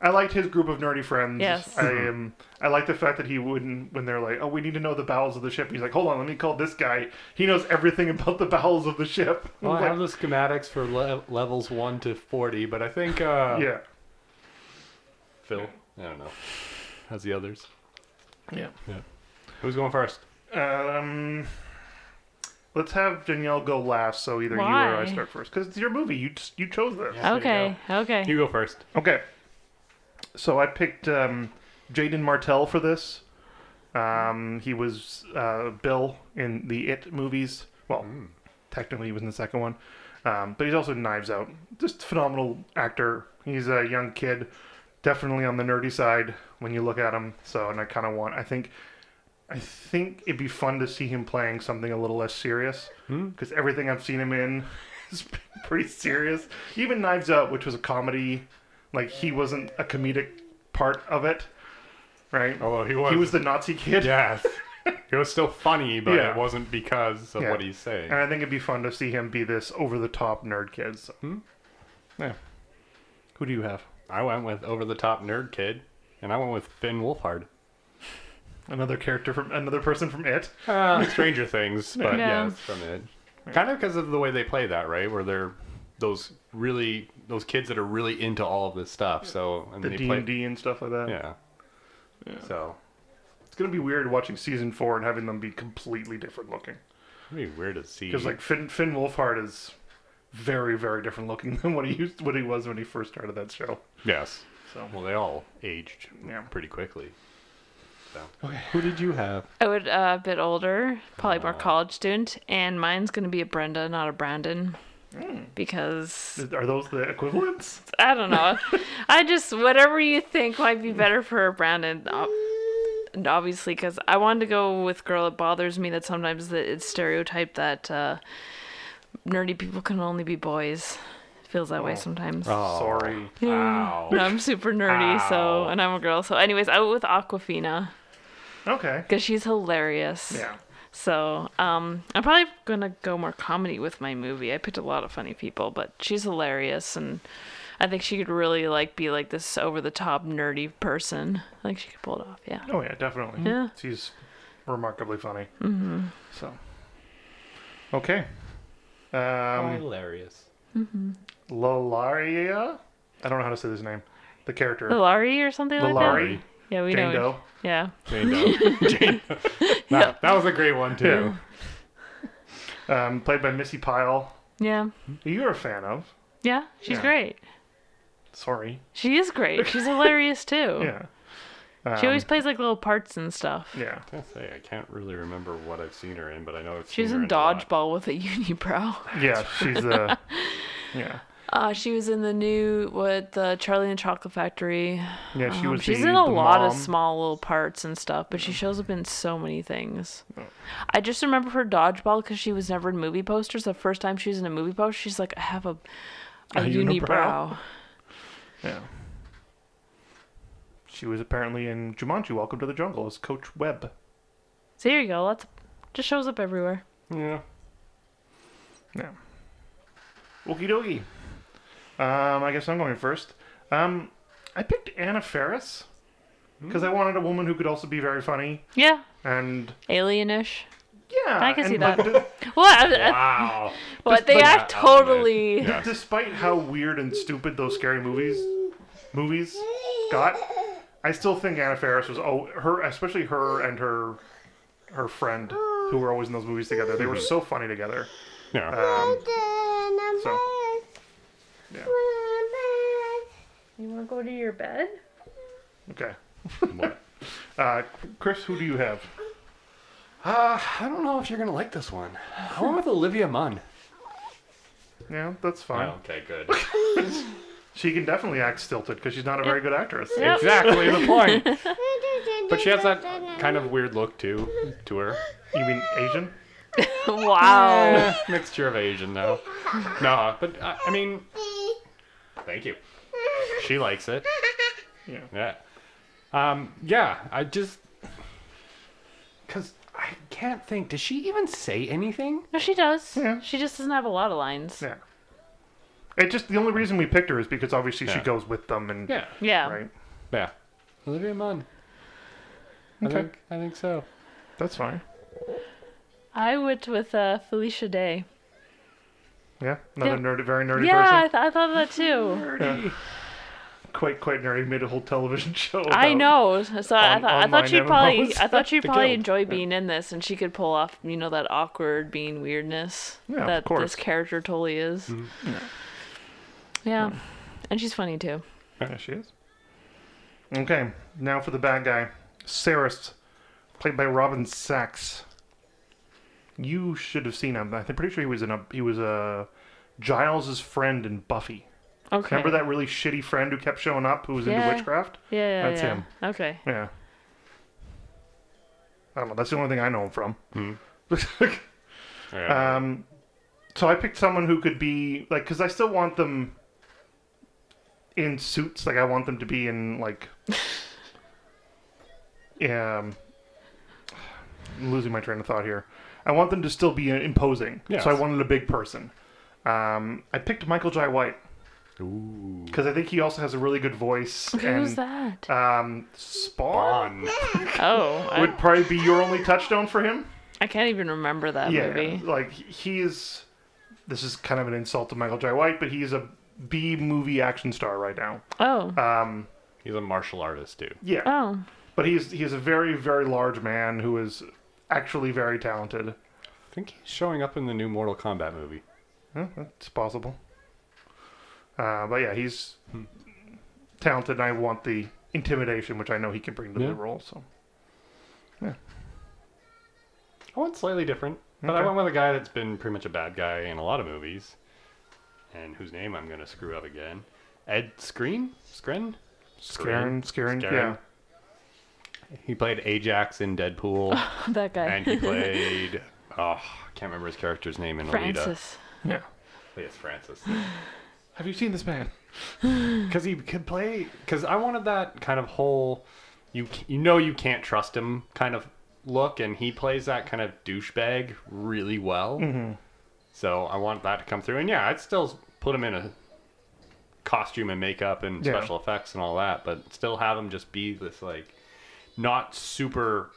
[SPEAKER 2] I liked his group of nerdy friends.
[SPEAKER 3] Yes.
[SPEAKER 2] I
[SPEAKER 1] Mm-hmm.
[SPEAKER 2] am. I like the fact that he wouldn't when they're like, "Oh, we need to know the bowels of the ship." He's like, "Hold on, let me call this guy. He knows everything about the bowels of the ship."
[SPEAKER 1] Well, Oh, I
[SPEAKER 2] [LAUGHS] Like,
[SPEAKER 1] have the schematics for le- levels 1 to 40, but I think uh,
[SPEAKER 2] yeah,
[SPEAKER 1] Phil, I don't know, has the others.
[SPEAKER 2] yeah.
[SPEAKER 1] Who's going first?
[SPEAKER 2] Um, let's have Danielle go last. So either you or I
[SPEAKER 3] Why?
[SPEAKER 2] start first, because it's your movie. You just, you chose this.
[SPEAKER 1] There you
[SPEAKER 3] okay, okay.
[SPEAKER 1] You go first.
[SPEAKER 2] Okay. So I picked um, Jaden Martell for this. Um, he was uh, Bill in the It movies. Well, technically he was in the second one, um, but he's also in Knives Out. Just phenomenal actor. He's a young kid, definitely on the nerdy side when you look at him. So, and I kind of want. I think, I think it'd be fun to see him playing something a little less serious because everything I've seen him in [LAUGHS] is pretty serious. Even Knives Out, which was a comedy, like he wasn't a comedic part of it, right?
[SPEAKER 1] Although Oh, he
[SPEAKER 2] he was
[SPEAKER 1] [LAUGHS]
[SPEAKER 2] the Nazi kid.
[SPEAKER 1] Yes. [LAUGHS] it was still funny, but
[SPEAKER 2] Yeah.
[SPEAKER 1] it wasn't because of
[SPEAKER 2] Yeah.
[SPEAKER 1] what he's saying.
[SPEAKER 2] And I think it'd be fun to see him be this over the top nerd kid. So.
[SPEAKER 1] Hmm?
[SPEAKER 2] Yeah. Who do you have?
[SPEAKER 1] I went with over the top nerd kid, and I went with Finn Wolfhard.
[SPEAKER 2] Another character from another person from it.
[SPEAKER 1] Uh, Stranger
[SPEAKER 2] [LAUGHS]
[SPEAKER 1] Things, but
[SPEAKER 3] Yeah.
[SPEAKER 1] yeah, it's from it. Kind of because of the way they play that, right? Where they're those really those kids that are really into all of this stuff. So and
[SPEAKER 2] The
[SPEAKER 1] they
[SPEAKER 2] D
[SPEAKER 1] play,
[SPEAKER 2] and D and stuff like that.
[SPEAKER 1] yeah. So
[SPEAKER 2] It's gonna be weird watching season four and having them be completely different looking.
[SPEAKER 1] it'd be weird to see.
[SPEAKER 2] Because like Finn Finn Wolfhard is very very different looking [LAUGHS] than what he used what he was when he first started that show.
[SPEAKER 1] yes,
[SPEAKER 2] So
[SPEAKER 1] well they all aged
[SPEAKER 2] Yeah.
[SPEAKER 1] pretty quickly. So who did you have?
[SPEAKER 3] I would uh, a bit older, probably more college student, and mine's gonna be a Brenda, not a Brandon,
[SPEAKER 1] Hmm.
[SPEAKER 3] because
[SPEAKER 2] are those the equivalents?
[SPEAKER 3] I don't know. I just whatever you think might be better for a Brandon. ob- uh, and Obviously, because I wanted to go with girl. It bothers me that sometimes that it's stereotyped that uh, nerdy people can only be boys. It feels that way sometimes.
[SPEAKER 2] Oh. Sorry.
[SPEAKER 1] Wow.
[SPEAKER 3] No, [LAUGHS] I'm super nerdy, so
[SPEAKER 1] Ow.
[SPEAKER 3] and I'm a girl. So, anyways, I went with Aquafina
[SPEAKER 2] Okay.
[SPEAKER 3] because she's hilarious.
[SPEAKER 2] Yeah.
[SPEAKER 3] So, um, I'm probably gonna go more comedy with my movie. I picked a lot of funny people, but she's hilarious, and I think she could really like be like this over the top nerdy person. I think she could pull it off. Yeah.
[SPEAKER 2] Oh yeah, definitely.
[SPEAKER 3] Yeah.
[SPEAKER 2] She's remarkably funny. Mm-hmm. So. Okay. Um,
[SPEAKER 1] Hilarious.
[SPEAKER 2] Lolaria. I don't know how to say this name. The character.
[SPEAKER 3] Lilari or something like
[SPEAKER 2] Lilari.
[SPEAKER 3] that. Yeah, Oh, we
[SPEAKER 2] Jane
[SPEAKER 3] know.
[SPEAKER 2] Doe.
[SPEAKER 3] Yeah.
[SPEAKER 1] Jane
[SPEAKER 3] [LAUGHS]
[SPEAKER 1] Doe. Jane Doe. Nah,
[SPEAKER 3] Yeah.
[SPEAKER 1] That was a great one too.
[SPEAKER 2] Yeah. Um, played by Missy Pyle.
[SPEAKER 3] Yeah.
[SPEAKER 2] who You're a fan of.
[SPEAKER 3] Yeah. She's
[SPEAKER 2] Yeah.
[SPEAKER 3] great.
[SPEAKER 2] Sorry.
[SPEAKER 3] She is
[SPEAKER 2] [LAUGHS]
[SPEAKER 3] great. She's hilarious too.
[SPEAKER 2] Yeah. Um,
[SPEAKER 3] She always plays like little parts and stuff.
[SPEAKER 2] Yeah.
[SPEAKER 1] I was gonna say I can't really remember what I've seen her in, but I know I've seen
[SPEAKER 3] She's
[SPEAKER 1] her
[SPEAKER 3] in
[SPEAKER 1] in a lot.
[SPEAKER 3] Dodgeball with
[SPEAKER 2] [LAUGHS]
[SPEAKER 3] a [LAUGHS] unibrow.
[SPEAKER 2] Yeah. She's
[SPEAKER 3] [LAUGHS]
[SPEAKER 2] the. yeah.
[SPEAKER 3] Uh, she was in the new what the Charlie and the Chocolate Factory.
[SPEAKER 2] Yeah. She
[SPEAKER 3] Um,
[SPEAKER 2] was.
[SPEAKER 3] she's
[SPEAKER 2] the-
[SPEAKER 3] in a
[SPEAKER 2] the
[SPEAKER 3] lot of
[SPEAKER 2] mom.
[SPEAKER 3] small little parts and stuff, but she shows up in so many things. I just remember her dodgeball because she was never in movie posters. The first time she was in a movie poster, she's like, "I have a
[SPEAKER 2] A
[SPEAKER 3] a, unibrow."
[SPEAKER 2] unibrow. Yeah. She was apparently in Jumanji: Welcome to the Jungle as Coach Webb.
[SPEAKER 3] So there you go. Lots of, just shows up everywhere.
[SPEAKER 1] Yeah.
[SPEAKER 2] Yeah. Okie dokie. Um, I guess I'm going first. Um, I picked Anna Ferris because I wanted a woman who could also be very funny
[SPEAKER 3] Yeah,
[SPEAKER 2] and
[SPEAKER 3] alienish.
[SPEAKER 2] yeah.
[SPEAKER 3] I can see
[SPEAKER 2] and,
[SPEAKER 3] that.
[SPEAKER 2] like, d-
[SPEAKER 3] Well, I- I-
[SPEAKER 1] Wow.
[SPEAKER 3] [LAUGHS] but they
[SPEAKER 1] put
[SPEAKER 3] are
[SPEAKER 1] that element.
[SPEAKER 3] totally.
[SPEAKER 1] Yeah.
[SPEAKER 2] despite how weird and stupid those scary movies movies got. I still think Anna Faris was oh her especially her and her her friend who were always in those movies together. They were so funny together.
[SPEAKER 1] Yeah.
[SPEAKER 2] Um,
[SPEAKER 4] So.
[SPEAKER 2] yeah.
[SPEAKER 3] You want to go to your bed?
[SPEAKER 2] Okay.
[SPEAKER 1] What?
[SPEAKER 2] [LAUGHS] Uh, Chris, who do you have?
[SPEAKER 1] Uh, I don't know if you're gonna like this one. I went with Olivia Munn.
[SPEAKER 2] Yeah, that's fine.
[SPEAKER 1] Oh, okay, [LAUGHS] good.
[SPEAKER 2] She can definitely act stilted because she's not a very good actress.
[SPEAKER 3] Yep.
[SPEAKER 1] exactly the point. But she has that [LAUGHS] kind of weird look too to her.
[SPEAKER 2] You mean Asian?
[SPEAKER 3] wow.
[SPEAKER 1] Eh, [LAUGHS] mixture of Asian though. No, but uh, I, I mean, thank you. She likes it.
[SPEAKER 2] Yeah.
[SPEAKER 1] Yeah. Um, yeah, I just. Because I can't think. Does she even say anything?
[SPEAKER 3] No, she does.
[SPEAKER 2] Yeah.
[SPEAKER 3] She just doesn't have a lot of lines.
[SPEAKER 2] Yeah. It just the only reason we picked her is because obviously she
[SPEAKER 1] Yeah.
[SPEAKER 2] goes with them and
[SPEAKER 1] Yeah.
[SPEAKER 3] Yeah.
[SPEAKER 2] right.
[SPEAKER 1] Yeah. Olivia Munn. I
[SPEAKER 2] Okay.
[SPEAKER 1] think, I think so.
[SPEAKER 2] That's fine.
[SPEAKER 3] I went with uh, Felicia Day.
[SPEAKER 2] Yeah. Another nerd, very nerdy
[SPEAKER 3] yeah, I,
[SPEAKER 2] person.
[SPEAKER 3] th- I thought of that too.
[SPEAKER 2] Quite, quite nerdy. Made a whole television [LAUGHS] show.
[SPEAKER 3] I
[SPEAKER 2] about-
[SPEAKER 3] know. So I,
[SPEAKER 2] On-
[SPEAKER 3] thought I
[SPEAKER 2] online
[SPEAKER 3] thought she'd probably
[SPEAKER 2] MMOs.
[SPEAKER 3] I thought she'd
[SPEAKER 2] [LAUGHS]
[SPEAKER 1] The
[SPEAKER 3] probably
[SPEAKER 1] guild.
[SPEAKER 3] enjoy being in this, and she could pull off you know that awkward being weirdness
[SPEAKER 2] Yeah, of
[SPEAKER 3] that
[SPEAKER 2] course. Mm-hmm.
[SPEAKER 3] this character totally is. Yeah. and she's funny too.
[SPEAKER 2] Yeah, she is. Okay. Now for the bad guy, Saris, played by Robin Sachs. You should have seen him. I'm pretty sure he was in a he was a Giles's friend in Buffy.
[SPEAKER 3] Okay.
[SPEAKER 2] Remember that really shitty friend who kept showing up who was into
[SPEAKER 3] Yeah.
[SPEAKER 2] witchcraft?
[SPEAKER 3] Yeah, yeah,
[SPEAKER 2] That's
[SPEAKER 3] yeah.
[SPEAKER 2] him.
[SPEAKER 3] Okay.
[SPEAKER 2] Yeah. I don't know. That's the only thing I know him from. [LAUGHS]
[SPEAKER 1] Yeah.
[SPEAKER 2] um, so I picked someone who could be like, because I still want them in suits. Like I want them to be
[SPEAKER 1] [LAUGHS]
[SPEAKER 2] in like, um, I'm losing my train of thought here. I want them to still be uh, imposing.
[SPEAKER 1] Yes.
[SPEAKER 2] So I wanted a big person. Um, I picked Michael Jai White
[SPEAKER 1] Ooh.
[SPEAKER 2] because I think he also has a really good voice.
[SPEAKER 3] Who's
[SPEAKER 2] and,
[SPEAKER 3] that?
[SPEAKER 2] Um, Spawn
[SPEAKER 1] Bond.
[SPEAKER 3] Oh, I,
[SPEAKER 2] would probably be your only touchstone for him.
[SPEAKER 3] I can't even remember that movie.
[SPEAKER 2] like he's this is kind of an insult to Michael J. White, but he's a B movie action star right now.
[SPEAKER 3] Oh,
[SPEAKER 2] Um,
[SPEAKER 1] He's a martial artist too.
[SPEAKER 2] yeah,
[SPEAKER 3] oh, [LAUGHS]
[SPEAKER 2] but he's he's a very very large man who is actually very talented.
[SPEAKER 1] I think he's showing up in the new Mortal Kombat movie.
[SPEAKER 2] Huh, That's possible. Uh, but yeah, he's talented, and I want the intimidation, which I know he can bring to
[SPEAKER 1] Yeah.
[SPEAKER 2] the role. So
[SPEAKER 1] I went slightly different, but I
[SPEAKER 2] Okay.
[SPEAKER 1] went with a guy that's been pretty much a bad guy in a lot of movies, and whose name I'm gonna screw up again. Ed Screen, Screen,
[SPEAKER 2] Scaring, scaring, yeah,
[SPEAKER 1] He played Ajax in Deadpool,
[SPEAKER 3] that guy.
[SPEAKER 1] and he played oh, I can't remember his character's name in Alita.
[SPEAKER 3] Francis.
[SPEAKER 2] yeah.
[SPEAKER 1] Yes, Francis.
[SPEAKER 2] Have you seen this man?
[SPEAKER 1] Because he could play. Because I wanted that kind of whole, you c- you know you can't trust him kind of look, and he plays that kind of douchebag really well. So I want that to come through, and yeah, I'd still put him in a costume and makeup and
[SPEAKER 2] Yeah.
[SPEAKER 1] special effects and all that, but still have him just be this like not super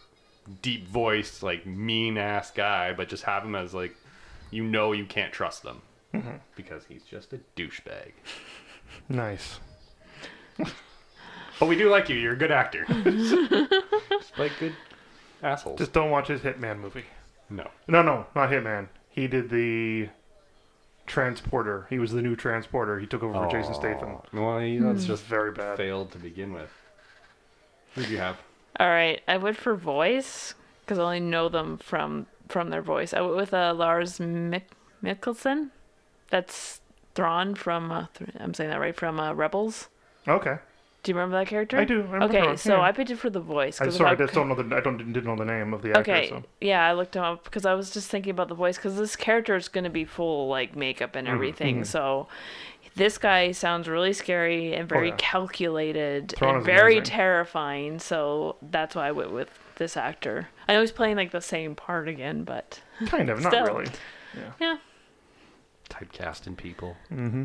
[SPEAKER 1] deep voiced like mean ass guy, but just have him as like you know you can't trust them because he's just a douchebag.
[SPEAKER 2] Nice.
[SPEAKER 1] But we do like you. You're a good actor.
[SPEAKER 3] [LAUGHS]
[SPEAKER 1] Just like good assholes.
[SPEAKER 2] Just don't watch his Hitman movie.
[SPEAKER 1] no.
[SPEAKER 2] No, no, not Hitman. He did the Transporter. He was the new Transporter. He took over for Jason Statham.
[SPEAKER 1] Well, he- that's
[SPEAKER 3] Hmm.
[SPEAKER 2] It's just
[SPEAKER 1] just
[SPEAKER 2] very bad.
[SPEAKER 1] failed to begin with. Who do you have?
[SPEAKER 3] All right, I went for voice because I only know them from from their voice. I went with uh, Lars Mik- Mikkelsen. That's Thrawn from uh, Thr- I'm saying that right from uh, Rebels.
[SPEAKER 2] Okay,
[SPEAKER 3] Do you remember that character?
[SPEAKER 2] I do. I remember
[SPEAKER 3] okay,
[SPEAKER 2] Thrawn,
[SPEAKER 3] so
[SPEAKER 2] yeah.
[SPEAKER 3] I picked it for the voice.
[SPEAKER 2] I'm
[SPEAKER 3] 'cause if
[SPEAKER 2] sorry. I
[SPEAKER 3] I
[SPEAKER 2] just
[SPEAKER 3] cou-
[SPEAKER 2] don't know the. I don't didn't know the name of the actor.
[SPEAKER 3] Okay.
[SPEAKER 2] So.
[SPEAKER 3] Yeah, I looked him up because I was just thinking about the voice because this character is going to be full like makeup
[SPEAKER 1] Mm-hmm,
[SPEAKER 3] and everything. So this guy sounds really scary and very
[SPEAKER 2] yeah.
[SPEAKER 3] calculated
[SPEAKER 2] Thrawn
[SPEAKER 3] and
[SPEAKER 2] is
[SPEAKER 3] very
[SPEAKER 2] amazing.
[SPEAKER 3] terrifying. So that's why I went with this actor. I know he's playing like the same part again, but
[SPEAKER 2] Kind
[SPEAKER 3] [LAUGHS]
[SPEAKER 2] of, not
[SPEAKER 3] Still.
[SPEAKER 2] really.
[SPEAKER 3] yeah.
[SPEAKER 1] Typecasting people. Mm-hmm.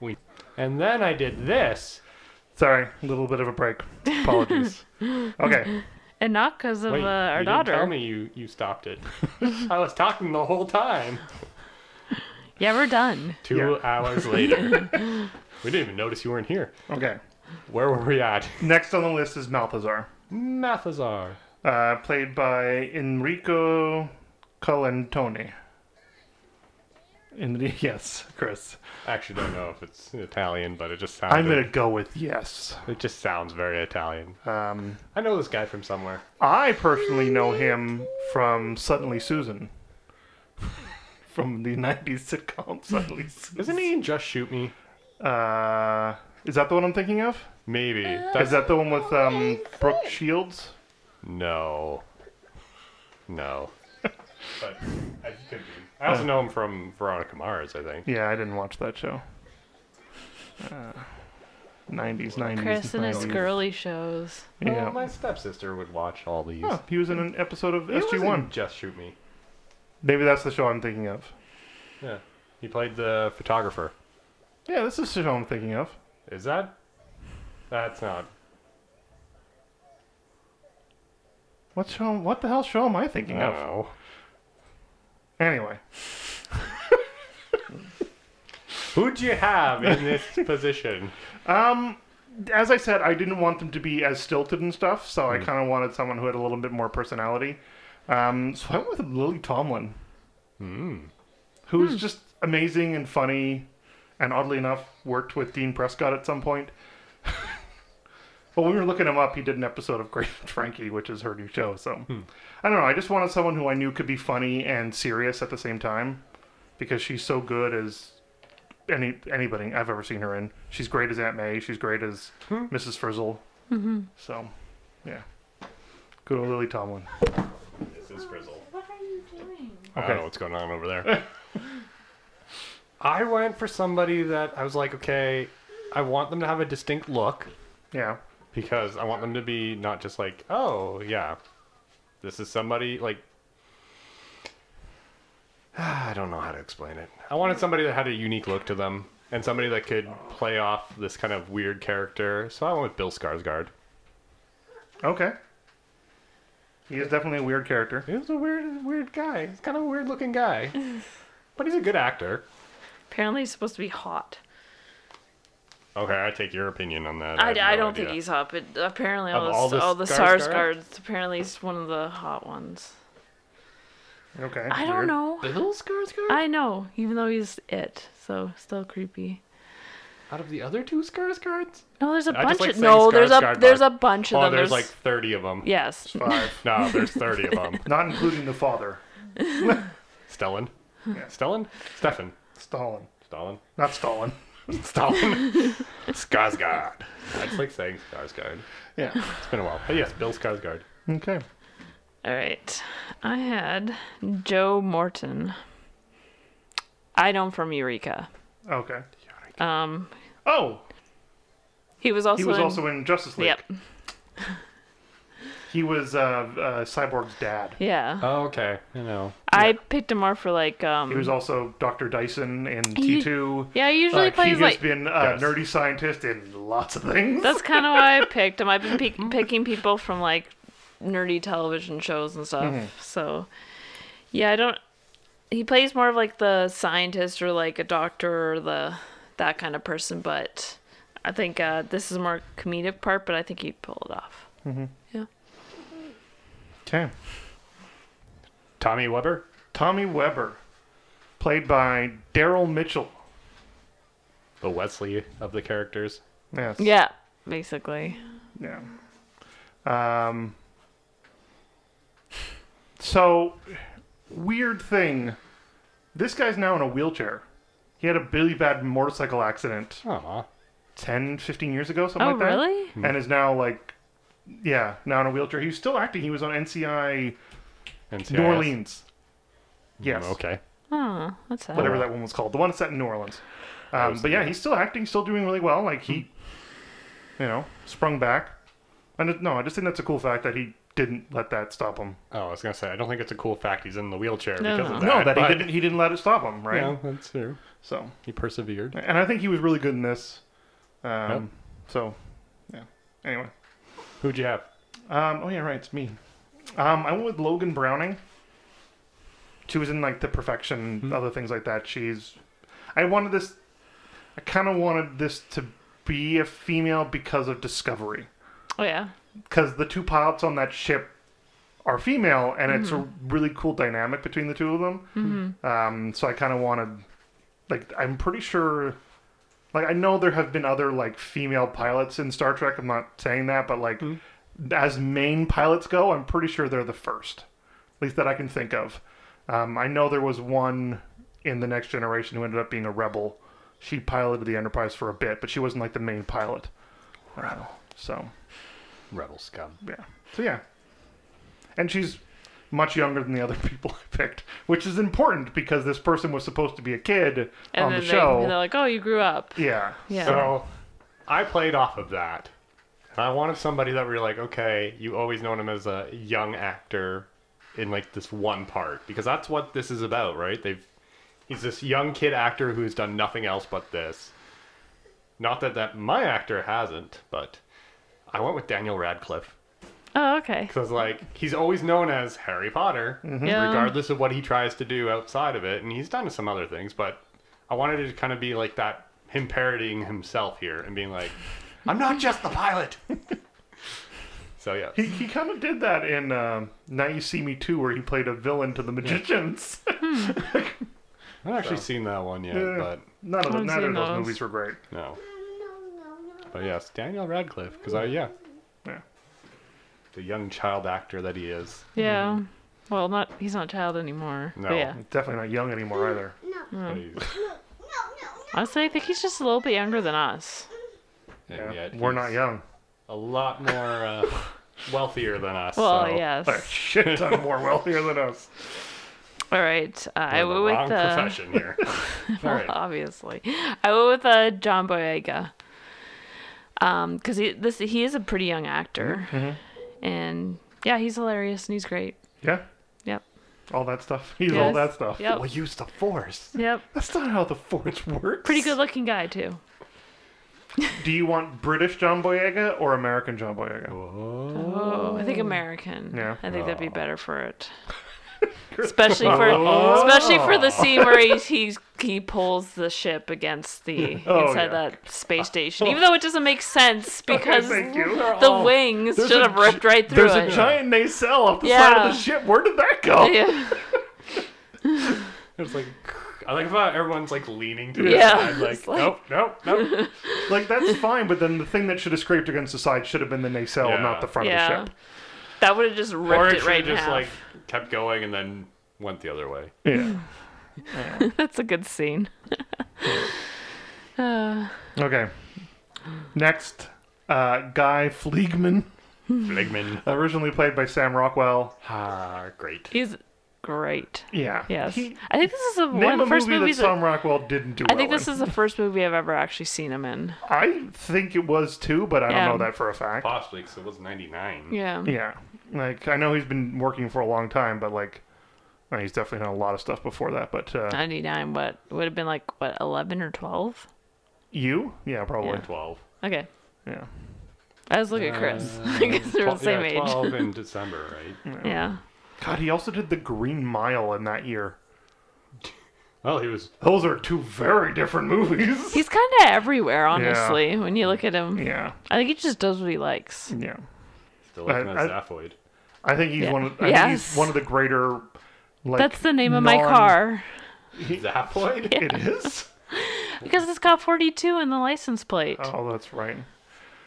[SPEAKER 1] We. And then I did this.
[SPEAKER 2] Sorry, a little bit of a break.
[SPEAKER 3] [LAUGHS]
[SPEAKER 2] Apologies. okay.
[SPEAKER 3] And not because of
[SPEAKER 1] Wait,
[SPEAKER 3] uh, our
[SPEAKER 1] you
[SPEAKER 3] daughter.
[SPEAKER 1] Didn't tell me you you stopped
[SPEAKER 3] [LAUGHS]
[SPEAKER 1] it. I was talking the whole time.
[SPEAKER 3] Yeah, we're done.
[SPEAKER 1] [LAUGHS]
[SPEAKER 3] [LAUGHS]
[SPEAKER 1] Two hours later. We didn't even notice you weren't here.
[SPEAKER 2] Okay.
[SPEAKER 1] Where were we at? [LAUGHS]
[SPEAKER 2] Next on the list is Malthazar,
[SPEAKER 1] Mathazar.
[SPEAKER 2] uh, played by Enrico Colantoni. In [LAUGHS] yes, Chris.
[SPEAKER 1] I actually don't know if it's Italian, but it just sounds.
[SPEAKER 2] I'm gonna go with yes.
[SPEAKER 1] It just sounds very Italian.
[SPEAKER 2] Um,
[SPEAKER 1] I know this guy from somewhere.
[SPEAKER 2] I personally know him from Suddenly Susan, [LAUGHS] from the '90s sitcom Suddenly Susan.
[SPEAKER 1] Isn't he in Just Shoot Me?
[SPEAKER 2] Uh, is that the one I'm thinking of?
[SPEAKER 1] Maybe.
[SPEAKER 2] Is
[SPEAKER 1] That's
[SPEAKER 2] that the one with um, Brooke Shields?
[SPEAKER 1] no. No. [LAUGHS] but I could be. I also know him from Veronica Mars. I think.
[SPEAKER 2] Yeah, I didn't watch that show. Uh, 90s, 90s.
[SPEAKER 3] Chris and his
[SPEAKER 2] 90s.
[SPEAKER 3] girly Oh shows.
[SPEAKER 1] Well,
[SPEAKER 2] Yeah.
[SPEAKER 1] my stepsister would watch all these.
[SPEAKER 2] Huh, he was in an episode of
[SPEAKER 1] He was in
[SPEAKER 2] SG1.
[SPEAKER 1] Just Shoot Me.
[SPEAKER 2] Maybe that's the show I'm thinking of.
[SPEAKER 1] Yeah. He played the photographer.
[SPEAKER 2] Yeah, this is the show I'm thinking of.
[SPEAKER 1] Is that? That's not.
[SPEAKER 2] What show? What the hell show am I thinking of?
[SPEAKER 1] No.
[SPEAKER 2] Anyway,
[SPEAKER 1] Who'd you have in [LAUGHS] this position?
[SPEAKER 2] um, as I said, I didn't want them to be as stilted and stuff, so I kind of wanted someone who had a little bit more personality. Um, so I went with Lily Tomlin, who's just amazing and funny, and oddly enough, worked with Dean Prescott at some point. [LAUGHS] But when we were looking him up, he did an episode of Great [LAUGHS] Frankie, which is her new show. So I don't know. I just wanted someone who I knew could be funny and serious at the same time, because she's so good as any anybody I've ever seen her in. She's great as Aunt May. She's great as Mrs. Frizzle.
[SPEAKER 3] Mm-hmm.
[SPEAKER 2] So, yeah. Good old Lily Tomlin.
[SPEAKER 1] This is Frizzle.
[SPEAKER 3] What are you doing?
[SPEAKER 1] I
[SPEAKER 2] Okay.
[SPEAKER 1] don't know what's going on over [LAUGHS] there. I went for somebody that I was like, okay, I want them to have a distinct look
[SPEAKER 2] Yeah.
[SPEAKER 1] because I want them to be not just like, oh, yeah, this is somebody like. [SIGHS] I don't know how to explain it. I wanted somebody that had a unique look to them and somebody that could play off this kind of weird character. So I went with Bill Skarsgård.
[SPEAKER 2] Okay. He is definitely a weird character.
[SPEAKER 1] He was a weird, weird guy. He's kind of a weird looking [LAUGHS] guy, but he's a good actor.
[SPEAKER 3] Apparently, he's supposed to be hot.
[SPEAKER 1] Okay, I take your opinion on that.
[SPEAKER 3] I,
[SPEAKER 1] have
[SPEAKER 3] I
[SPEAKER 1] no
[SPEAKER 3] don't
[SPEAKER 1] idea.
[SPEAKER 3] think he's hot, but apparently
[SPEAKER 1] Of
[SPEAKER 3] all,
[SPEAKER 1] all
[SPEAKER 3] the,
[SPEAKER 1] the
[SPEAKER 3] all the SARS
[SPEAKER 1] Skarsgård?
[SPEAKER 3] guards, apparently he's one of the hot ones.
[SPEAKER 2] Okay.
[SPEAKER 3] I don't
[SPEAKER 2] weird.
[SPEAKER 3] know.
[SPEAKER 1] Bill Skarsgård?
[SPEAKER 3] I know, even though he's it, so still creepy.
[SPEAKER 1] Out of the other two Skarsgårds?
[SPEAKER 3] No, there's a
[SPEAKER 1] I just
[SPEAKER 3] bunch
[SPEAKER 1] like
[SPEAKER 3] of
[SPEAKER 1] saying
[SPEAKER 3] no. There's a
[SPEAKER 1] Skarsgård,
[SPEAKER 3] there's a
[SPEAKER 1] but-
[SPEAKER 3] bunch of
[SPEAKER 1] Oh,
[SPEAKER 3] them.
[SPEAKER 1] there's like 30 of them.
[SPEAKER 3] yes.
[SPEAKER 2] Five.
[SPEAKER 1] No, there's 30 of
[SPEAKER 2] [LAUGHS]
[SPEAKER 1] them.
[SPEAKER 2] Not including the father.
[SPEAKER 1] Stellan. Stellan? Stefan.
[SPEAKER 2] Stalin.
[SPEAKER 1] Stalin.
[SPEAKER 2] Not Stalin.
[SPEAKER 1] Stalin.
[SPEAKER 2] [LAUGHS]
[SPEAKER 1] Skarsgård. I just like saying Skarsgård.
[SPEAKER 2] Yeah.
[SPEAKER 1] It's been a while. But yes, Bill Skarsgård.
[SPEAKER 2] Okay.
[SPEAKER 3] All right, I had Joe Morton. I know him from Eureka.
[SPEAKER 2] Okay. Uh,
[SPEAKER 3] Um,
[SPEAKER 2] Oh,
[SPEAKER 3] he was also
[SPEAKER 2] he was
[SPEAKER 3] in,
[SPEAKER 2] also in Justice League.
[SPEAKER 3] yep,
[SPEAKER 2] He was uh, uh, Cyborg's dad.
[SPEAKER 3] yeah.
[SPEAKER 1] Oh, okay. I know.
[SPEAKER 3] I picked him up for like um.
[SPEAKER 2] He was also Dr. Dyson in
[SPEAKER 3] He-
[SPEAKER 2] T2.
[SPEAKER 3] yeah, he
[SPEAKER 2] Uh,
[SPEAKER 3] usually
[SPEAKER 2] he
[SPEAKER 3] plays
[SPEAKER 2] has
[SPEAKER 3] like
[SPEAKER 2] been a
[SPEAKER 1] Yes.
[SPEAKER 2] nerdy scientist in lots of things.
[SPEAKER 3] That's kind of
[SPEAKER 2] [LAUGHS]
[SPEAKER 3] why I picked him. I've been pick picking people from like nerdy television shows and stuff.
[SPEAKER 2] Mm-hmm.
[SPEAKER 3] So, yeah, I don't. He plays more of like the scientist or like a doctor or the that kind of person. But I think uh, this is more comedic part. But I think he pulled it off.
[SPEAKER 2] Okay.
[SPEAKER 1] Tommy Weber?
[SPEAKER 2] Tommy Weber, played by Daryl Mitchell.
[SPEAKER 1] The Wesley of the characters.
[SPEAKER 2] Yes.
[SPEAKER 3] Yeah, basically.
[SPEAKER 2] Yeah. Um, so, weird thing. This guy's now in a wheelchair. He had a really bad motorcycle accident
[SPEAKER 1] Aw.
[SPEAKER 2] 10, 15 years ago, something
[SPEAKER 3] Oh,
[SPEAKER 2] like that.
[SPEAKER 3] really?
[SPEAKER 2] And is now like, yeah, now in a wheelchair. He was still acting. He was on NCI
[SPEAKER 1] NCIS.
[SPEAKER 2] New Orleans. Yes.
[SPEAKER 1] Okay.
[SPEAKER 3] Oh, that's sad.
[SPEAKER 2] whatever that one was called, the one set in New Orleans. Um, but yeah, he's still acting, still doing really well. Like he, you know, sprung back. And it, no, I just think that's a cool fact that he didn't let that stop him.
[SPEAKER 1] Oh, I was going to say, I don't think it's a cool fact he's in the wheelchair
[SPEAKER 3] No,
[SPEAKER 1] because
[SPEAKER 3] no.
[SPEAKER 1] of
[SPEAKER 2] No,
[SPEAKER 1] Oh, that.
[SPEAKER 2] that
[SPEAKER 1] but-
[SPEAKER 2] he didn't. He didn't let it stop him, right?
[SPEAKER 1] Yeah, that's true.
[SPEAKER 2] So,
[SPEAKER 1] He persevered.
[SPEAKER 2] and I think he was really good in this. Um, So, yeah. Anyway,
[SPEAKER 1] Who'd you have?
[SPEAKER 2] um, oh yeah, right, it's me. Um, I went with Logan Browning. She was in like The Perfection, other things like that. She's. I wanted this. I kind of wanted this to be a female because of Discovery.
[SPEAKER 3] Oh yeah.
[SPEAKER 2] because the two pilots on that ship are female, and it's a really cool dynamic between the two of them. Um, so I kind of wanted, like, I'm pretty sure, like, I know there have been other like female pilots in Star Trek. I'm not saying that, but like, as main pilots go, I'm pretty sure they're the first, at least that I can think of. Um, I know there was one in the Next Generation who ended up being a rebel. She piloted the Enterprise for a bit, but she wasn't like the main pilot. Rebel. so.
[SPEAKER 1] Rebel scum.
[SPEAKER 2] Yeah. So yeah. And she's much younger than the other [LAUGHS] people I picked, which is important because this person was supposed to be a kid
[SPEAKER 3] And
[SPEAKER 2] on
[SPEAKER 3] then
[SPEAKER 2] the
[SPEAKER 3] they,
[SPEAKER 2] show.
[SPEAKER 3] they're like, oh, you grew up.
[SPEAKER 2] Yeah.
[SPEAKER 3] Yeah.
[SPEAKER 1] So I played off of that. And I wanted somebody that we were like, okay, you always known him as a young actor in like this one part because that's what this is about, right? They've he's this young kid actor who's done nothing else but this. Not that that my actor hasn't, but I went with Daniel Radcliffe
[SPEAKER 3] Oh, okay.
[SPEAKER 1] because like he's always known as Harry Potter,
[SPEAKER 2] Mm-hmm.
[SPEAKER 3] Yeah.
[SPEAKER 1] regardless of what he tries to do outside of it, and he's done some other things. But I wanted it to kind of be like that him parodying himself here and being
[SPEAKER 2] [LAUGHS]
[SPEAKER 1] like, "I'm not just the pilot." so yeah,
[SPEAKER 2] He, he kind of did that in um, Now You See Me Too, where he played a villain to the magicians. [LAUGHS]
[SPEAKER 1] I've actually seen that one yet,
[SPEAKER 2] Yeah.
[SPEAKER 1] but
[SPEAKER 2] none of,
[SPEAKER 3] I
[SPEAKER 2] the,
[SPEAKER 3] haven't
[SPEAKER 2] neither
[SPEAKER 3] seen
[SPEAKER 2] of those
[SPEAKER 3] those.
[SPEAKER 2] movies were great.
[SPEAKER 1] no. But yes, Daniel Radcliffe, because I yeah,
[SPEAKER 2] Yeah.
[SPEAKER 1] the young child actor that he is.
[SPEAKER 3] Yeah. Well, not he's not a child anymore. but
[SPEAKER 1] No.
[SPEAKER 3] yeah.
[SPEAKER 2] Definitely not young anymore either.
[SPEAKER 1] But he's-
[SPEAKER 3] Honestly, I think he's just a little bit younger than us.
[SPEAKER 1] and
[SPEAKER 2] Yeah.
[SPEAKER 1] yet
[SPEAKER 2] We're not
[SPEAKER 1] he's [LAUGHS]
[SPEAKER 2] young.
[SPEAKER 1] A lot more uh,
[SPEAKER 2] [LAUGHS]
[SPEAKER 1] wealthier than us.
[SPEAKER 3] Well,
[SPEAKER 1] so
[SPEAKER 3] yes.
[SPEAKER 2] They're a shit ton more wealthier than us.
[SPEAKER 3] All right. Uh, I
[SPEAKER 1] we're in the
[SPEAKER 3] went
[SPEAKER 1] wrong
[SPEAKER 3] with the [LAUGHS]
[SPEAKER 1] profession here. All right.
[SPEAKER 3] obviously. I went with uh, John Boyega. Um, because he this he is a pretty young actor,
[SPEAKER 2] Mm-hmm.
[SPEAKER 3] and yeah, he's hilarious and he's great.
[SPEAKER 2] Yeah.
[SPEAKER 3] Yep.
[SPEAKER 2] All that stuff. [LAUGHS] He's all
[SPEAKER 3] Yes.
[SPEAKER 2] that stuff.
[SPEAKER 3] Yep.
[SPEAKER 1] use the force.
[SPEAKER 3] Yep.
[SPEAKER 2] That's not how the force works.
[SPEAKER 3] Pretty good looking guy too.
[SPEAKER 2] Do you want British John Boyega or American John Boyega?
[SPEAKER 3] Oh, I think American.
[SPEAKER 2] Yeah.
[SPEAKER 3] I think that'd be better for
[SPEAKER 2] [LAUGHS]
[SPEAKER 3] it. especially for
[SPEAKER 2] Oh.
[SPEAKER 3] especially for the scene where he he, he pulls the ship against the
[SPEAKER 2] [LAUGHS] Oh, yeah.
[SPEAKER 3] inside
[SPEAKER 2] Oh,
[SPEAKER 3] that space station, even though it doesn't
[SPEAKER 2] [LAUGHS]
[SPEAKER 3] make sense because
[SPEAKER 2] Thank you.
[SPEAKER 3] the wings should have ripped right through
[SPEAKER 2] There's
[SPEAKER 3] it.
[SPEAKER 2] a giant nacelle off the side
[SPEAKER 3] Yeah.
[SPEAKER 2] of the ship. Where did that go?
[SPEAKER 3] yeah.
[SPEAKER 1] It's like I like about everyone's like leaning to the
[SPEAKER 3] Yeah,
[SPEAKER 1] side, like,
[SPEAKER 3] it's like-
[SPEAKER 1] nope, nope,
[SPEAKER 3] [LAUGHS]
[SPEAKER 1] nope.
[SPEAKER 2] Like that's fine, but then the thing that should have scraped against the side should have been the nacelle,
[SPEAKER 1] Yeah.
[SPEAKER 2] not the front of
[SPEAKER 3] yeah.
[SPEAKER 2] the ship.
[SPEAKER 3] That would have just
[SPEAKER 1] or it
[SPEAKER 3] ripped it
[SPEAKER 1] should
[SPEAKER 3] right
[SPEAKER 1] have
[SPEAKER 3] in
[SPEAKER 1] just
[SPEAKER 3] half.
[SPEAKER 1] like kept going and then went the other way.
[SPEAKER 2] Yeah.
[SPEAKER 3] [LAUGHS] That's a good scene. uh,
[SPEAKER 2] Okay. Next, uh, Guy Fleegman,
[SPEAKER 1] Ligman,
[SPEAKER 2] originally played by Sam Rockwell.
[SPEAKER 1] ah, great.
[SPEAKER 3] he's great.
[SPEAKER 2] Yeah.
[SPEAKER 3] Yes.
[SPEAKER 2] He,
[SPEAKER 3] I think this is the
[SPEAKER 2] name
[SPEAKER 3] one
[SPEAKER 2] a
[SPEAKER 3] of the first
[SPEAKER 2] movie that
[SPEAKER 3] movies.
[SPEAKER 2] Sam Rockwell didn't do.
[SPEAKER 3] I think
[SPEAKER 2] well
[SPEAKER 3] this
[SPEAKER 2] in.
[SPEAKER 3] is the first movie I've ever actually seen him in.
[SPEAKER 2] I think it was too, but I don't
[SPEAKER 3] Yeah.
[SPEAKER 2] know that for a fact.
[SPEAKER 1] Possibly because it was '99.
[SPEAKER 3] Yeah.
[SPEAKER 2] Yeah. Like I know he's been working for a long time, but like uh, he's definitely done a lot of stuff before that. But uh,
[SPEAKER 3] 99, what? Would have been like, what, 11 or 12?
[SPEAKER 2] you, yeah, probably. Yeah.
[SPEAKER 1] Twelve.
[SPEAKER 3] Okay.
[SPEAKER 2] yeah.
[SPEAKER 3] I was looking at Chris. [LAUGHS] I guess they're the
[SPEAKER 1] Twelve-
[SPEAKER 3] same
[SPEAKER 1] Uh, yeah,
[SPEAKER 3] age.
[SPEAKER 1] Twelve
[SPEAKER 3] [LAUGHS]
[SPEAKER 1] in December, right?
[SPEAKER 3] Yeah.
[SPEAKER 2] God, he also did the Green Mile in that year.
[SPEAKER 1] Well, he was.
[SPEAKER 2] Those are two very different movies.
[SPEAKER 3] [LAUGHS] He's kind of everywhere, honestly, when you look at him.
[SPEAKER 2] yeah,
[SPEAKER 3] I think he just does what he likes.
[SPEAKER 2] yeah.
[SPEAKER 1] Still looking at
[SPEAKER 2] I-
[SPEAKER 1] Zaphoid.
[SPEAKER 2] I think he's
[SPEAKER 3] Yeah.
[SPEAKER 2] one. Of, I think
[SPEAKER 3] Yes.
[SPEAKER 2] he's one of the greater. Like
[SPEAKER 3] That's the name of my
[SPEAKER 2] non-
[SPEAKER 3] car.
[SPEAKER 1] Zaphoid?
[SPEAKER 2] It is.
[SPEAKER 3] [LAUGHS] Because it's got 42 in the license plate.
[SPEAKER 2] Oh, that's right.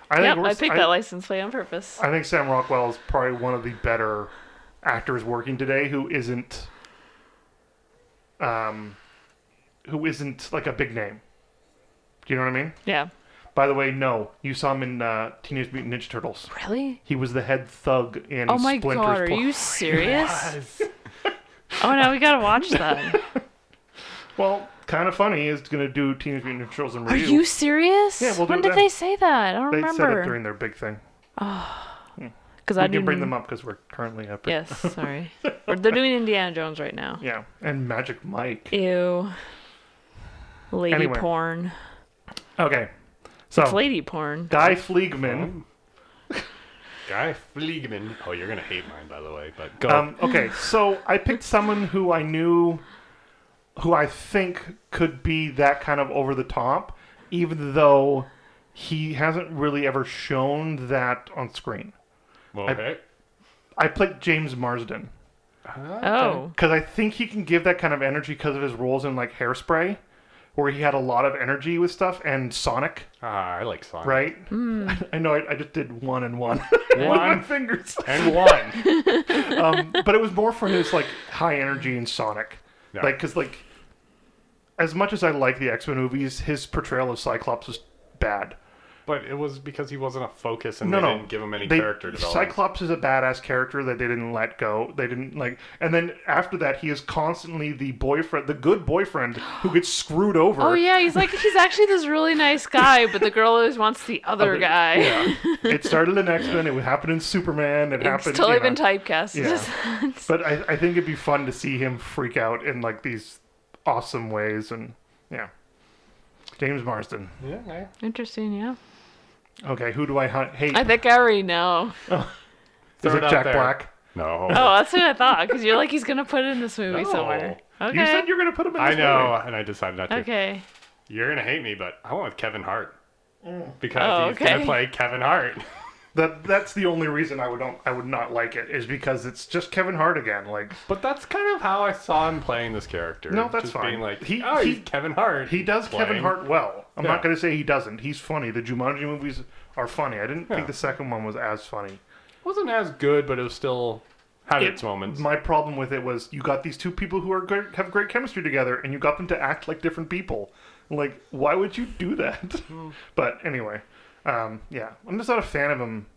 [SPEAKER 2] I
[SPEAKER 3] yep,
[SPEAKER 2] we're-
[SPEAKER 3] I picked that license plate on purpose.
[SPEAKER 2] I think Sam Rockwell is probably one of the better actors working today who isn't um who isn't like a big name. Do you know what I mean?
[SPEAKER 3] yeah.
[SPEAKER 2] By the way, no. You saw him in uh, Teenage Mutant Ninja Turtles.
[SPEAKER 3] Really?
[SPEAKER 2] He was the head thug in
[SPEAKER 3] Oh my
[SPEAKER 2] Splinter's
[SPEAKER 3] god, are
[SPEAKER 2] plot.
[SPEAKER 3] you serious?
[SPEAKER 2] [LAUGHS]
[SPEAKER 3] oh no, we gotta watch that.
[SPEAKER 2] Well, kind of funny is going to do Teenage Mutant Ninja Turtles in
[SPEAKER 3] Are
[SPEAKER 2] review.
[SPEAKER 3] you serious?
[SPEAKER 2] Yeah, we'll do
[SPEAKER 3] when
[SPEAKER 2] it
[SPEAKER 3] did
[SPEAKER 2] then.
[SPEAKER 3] they say that? I don't
[SPEAKER 2] they said it
[SPEAKER 3] remember.
[SPEAKER 2] during their big thing.
[SPEAKER 3] Because
[SPEAKER 2] We
[SPEAKER 3] I
[SPEAKER 2] can
[SPEAKER 3] didn't
[SPEAKER 2] bring them up because we're currently up.
[SPEAKER 3] Yes,
[SPEAKER 2] [LAUGHS]
[SPEAKER 3] sorry. or they're doing Indiana Jones right now.
[SPEAKER 2] Yeah, and Magic Mike.
[SPEAKER 3] Ew. Lady
[SPEAKER 2] Anyway. Oh.
[SPEAKER 3] porn.
[SPEAKER 2] Okay, so
[SPEAKER 3] It's lady porn.
[SPEAKER 2] Guy Fleegman.
[SPEAKER 1] Guy Fleegman. Oh, you're gonna hate mine, by the way. But go.
[SPEAKER 2] Um, okay, so I picked someone who I knew, who I think could be that kind of over the top, even though he hasn't really ever shown that on screen.
[SPEAKER 1] Well, okay.
[SPEAKER 2] I played James Marsden
[SPEAKER 3] Oh,
[SPEAKER 2] because I think he can give that kind of energy because of his roles in like Hairspray, where he had a lot of energy with stuff, and Sonic,
[SPEAKER 1] Ah, I like Sonic.
[SPEAKER 2] right? [LAUGHS] I know I, I just did one and one [LAUGHS] with my
[SPEAKER 1] One
[SPEAKER 2] fingers,
[SPEAKER 1] and one.
[SPEAKER 2] um, but it was more for his like high energy in Sonic,
[SPEAKER 1] Yeah.
[SPEAKER 2] like because like as much as I like the X Men movies, his portrayal of Cyclops was bad.
[SPEAKER 1] But it was because he wasn't a focus and
[SPEAKER 2] No,
[SPEAKER 1] they
[SPEAKER 2] no.
[SPEAKER 1] didn't give him any
[SPEAKER 2] They-
[SPEAKER 1] character development.
[SPEAKER 2] Cyclops is a badass character that they didn't let go. They didn't like, and then after that, he is constantly the boyfriend, the good boyfriend who gets screwed over.
[SPEAKER 3] oh yeah. He's like he's actually this really nice guy, but the girl always
[SPEAKER 2] [LAUGHS]
[SPEAKER 3] wants the other
[SPEAKER 2] Other-
[SPEAKER 3] guy.
[SPEAKER 2] Yeah. it started in X Men. It would happen in Superman. It
[SPEAKER 3] [LAUGHS] It's
[SPEAKER 2] happened.
[SPEAKER 3] totally
[SPEAKER 2] you know.
[SPEAKER 3] been typecast.
[SPEAKER 2] Yeah.
[SPEAKER 3] [LAUGHS]
[SPEAKER 2] But I, I think it'd be fun to see him freak out in like these awesome ways, and yeah. James Marsden.
[SPEAKER 1] Yeah, I-
[SPEAKER 3] Interesting, yeah.
[SPEAKER 2] Okay, who do I hunt? Hate?
[SPEAKER 3] I think I already know.
[SPEAKER 2] is
[SPEAKER 1] Throw
[SPEAKER 2] it
[SPEAKER 1] it out
[SPEAKER 2] Jack
[SPEAKER 1] there.
[SPEAKER 2] Black?
[SPEAKER 1] No.
[SPEAKER 3] Oh, that's what I thought. Because you're like, he's gonna put it in this movie
[SPEAKER 1] No.
[SPEAKER 3] somewhere. Okay.
[SPEAKER 2] You said you're gonna put him in.
[SPEAKER 1] I
[SPEAKER 2] This
[SPEAKER 1] know,
[SPEAKER 2] movie.
[SPEAKER 1] and I decided not to.
[SPEAKER 3] okay.
[SPEAKER 1] You're gonna hate me, but I went with Kevin Hart because
[SPEAKER 3] Oh,
[SPEAKER 1] he's
[SPEAKER 3] okay.
[SPEAKER 1] gonna play Kevin [LAUGHS] Hart.
[SPEAKER 2] That that's the only reason I would don't I would not like it is because it's just Kevin Hart again. Like
[SPEAKER 1] But that's kind of how I saw him playing this character.
[SPEAKER 2] No, that's
[SPEAKER 1] Just
[SPEAKER 2] fine.
[SPEAKER 1] Being like,
[SPEAKER 2] He-
[SPEAKER 1] he, oh,
[SPEAKER 2] he-
[SPEAKER 1] he's Kevin Hart.
[SPEAKER 2] he does Kevin
[SPEAKER 1] playing."
[SPEAKER 2] Hart well. I'm
[SPEAKER 1] Yeah.
[SPEAKER 2] not gonna say he doesn't. He's funny. The Jumanji movies are funny. I didn't
[SPEAKER 1] Yeah.
[SPEAKER 2] think the second one was as funny.
[SPEAKER 1] wasn't as good, but it was still had
[SPEAKER 2] It-
[SPEAKER 1] its moments.
[SPEAKER 2] My problem with it was you got these two people who are great, have great chemistry together, and you got them to act like different people. Like, why would you do that? [LAUGHS]
[SPEAKER 1] Hmm.
[SPEAKER 2] but anyway, um, yeah, I'm just not a fan of him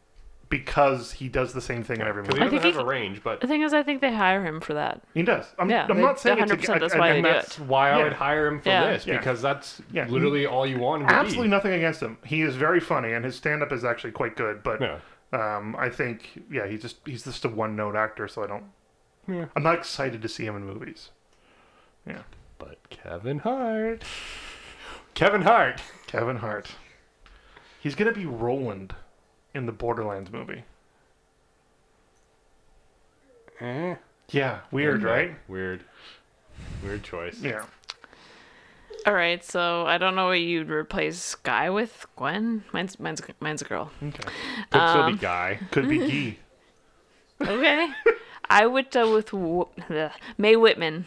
[SPEAKER 2] because he does the same thing in every
[SPEAKER 1] Because
[SPEAKER 2] movie.
[SPEAKER 1] he
[SPEAKER 3] I think
[SPEAKER 1] doesn't have
[SPEAKER 3] he-
[SPEAKER 1] a range, but
[SPEAKER 3] The thing is, I think they hire him for that.
[SPEAKER 2] He does. I'm,
[SPEAKER 3] Yeah,
[SPEAKER 2] I'm
[SPEAKER 3] they-
[SPEAKER 2] not saying it's
[SPEAKER 3] 100%
[SPEAKER 2] ag-
[SPEAKER 3] that's
[SPEAKER 2] I-
[SPEAKER 3] why
[SPEAKER 2] and
[SPEAKER 3] they do
[SPEAKER 2] that's-
[SPEAKER 1] that's why I
[SPEAKER 2] Yeah.
[SPEAKER 1] would hire him for
[SPEAKER 3] Yeah.
[SPEAKER 1] this
[SPEAKER 2] Yeah.
[SPEAKER 1] because that's
[SPEAKER 2] Yeah.
[SPEAKER 1] literally all you want him to
[SPEAKER 2] absolutely
[SPEAKER 1] be.
[SPEAKER 2] nothing against him. He is very funny, and his stand-up is actually quite good. But
[SPEAKER 1] Yeah.
[SPEAKER 2] um, I think, yeah, he's just he's just a one-note actor, so I don't.
[SPEAKER 1] Yeah.
[SPEAKER 2] I'm not excited to see him in movies. Yeah,
[SPEAKER 1] But Kevin Hart. Kevin Hart.
[SPEAKER 2] Kevin Hart. He's gonna be Roland in the Borderlands movie.
[SPEAKER 1] Eh.
[SPEAKER 2] Yeah, weird,
[SPEAKER 1] Okay.
[SPEAKER 2] right?
[SPEAKER 1] Weird. Weird choice.
[SPEAKER 2] Yeah.
[SPEAKER 3] All right, so I don't know what you'd replace Guy with. Gwen. Mine's mine's mine's a girl.
[SPEAKER 2] Okay.
[SPEAKER 1] Could
[SPEAKER 2] Um,
[SPEAKER 1] still be guy.
[SPEAKER 2] Could [LAUGHS] be Gee.
[SPEAKER 3] Okay. I would go with Wo- bleh, Mae Whitman.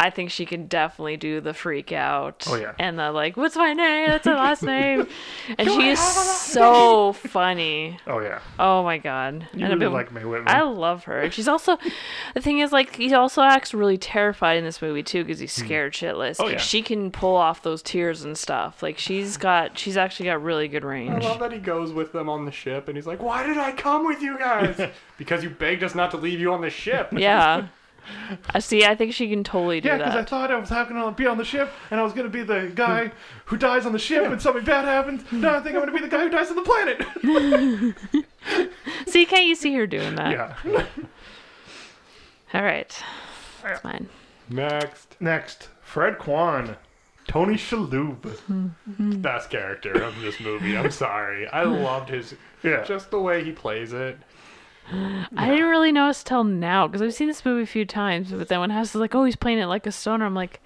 [SPEAKER 3] I think she can definitely do the freak out.
[SPEAKER 2] Oh, yeah.
[SPEAKER 3] And the like, what's my name? That's her
[SPEAKER 2] [LAUGHS]
[SPEAKER 3] last name. And she is so funny.
[SPEAKER 2] Oh yeah.
[SPEAKER 3] Oh my god.
[SPEAKER 2] You
[SPEAKER 3] and I've
[SPEAKER 2] really
[SPEAKER 3] been-
[SPEAKER 2] like Mae Whitman.
[SPEAKER 3] I love her. And she's also, the thing is, like, he also acts really terrified in this movie, too, because he's scared shitless.
[SPEAKER 2] Oh, yeah.
[SPEAKER 3] She can pull off those tears and stuff. Like, she's got, she's actually got really good
[SPEAKER 1] I
[SPEAKER 3] range.
[SPEAKER 2] Oh,
[SPEAKER 1] love that he goes with them on the ship and he's like, Why did I come with you guys? because you begged us not to leave you on the
[SPEAKER 3] [LAUGHS]
[SPEAKER 1] ship.
[SPEAKER 3] Yeah. I see. I think she can totally do
[SPEAKER 2] Yeah, because
[SPEAKER 3] that.
[SPEAKER 2] I thought I was having to be on the ship, and I was gonna be the guy who dies on the ship, and something bad happens.
[SPEAKER 3] Hmm.
[SPEAKER 2] Now I think I'm gonna be the guy who dies on the planet.
[SPEAKER 3] see, can't you see her doing that?
[SPEAKER 2] [LAUGHS] yeah.
[SPEAKER 3] All right. That's mine.
[SPEAKER 1] Next.
[SPEAKER 2] Next, Fred Kwan, Tony Shalhoub.
[SPEAKER 1] Best character of this movie. I'm sorry. I loved his
[SPEAKER 2] Yeah.
[SPEAKER 1] just the way he plays it.
[SPEAKER 3] I didn't really notice till now because I've seen this movie a few times, but then when House is like, oh, he's playing it like a stoner, I'm like,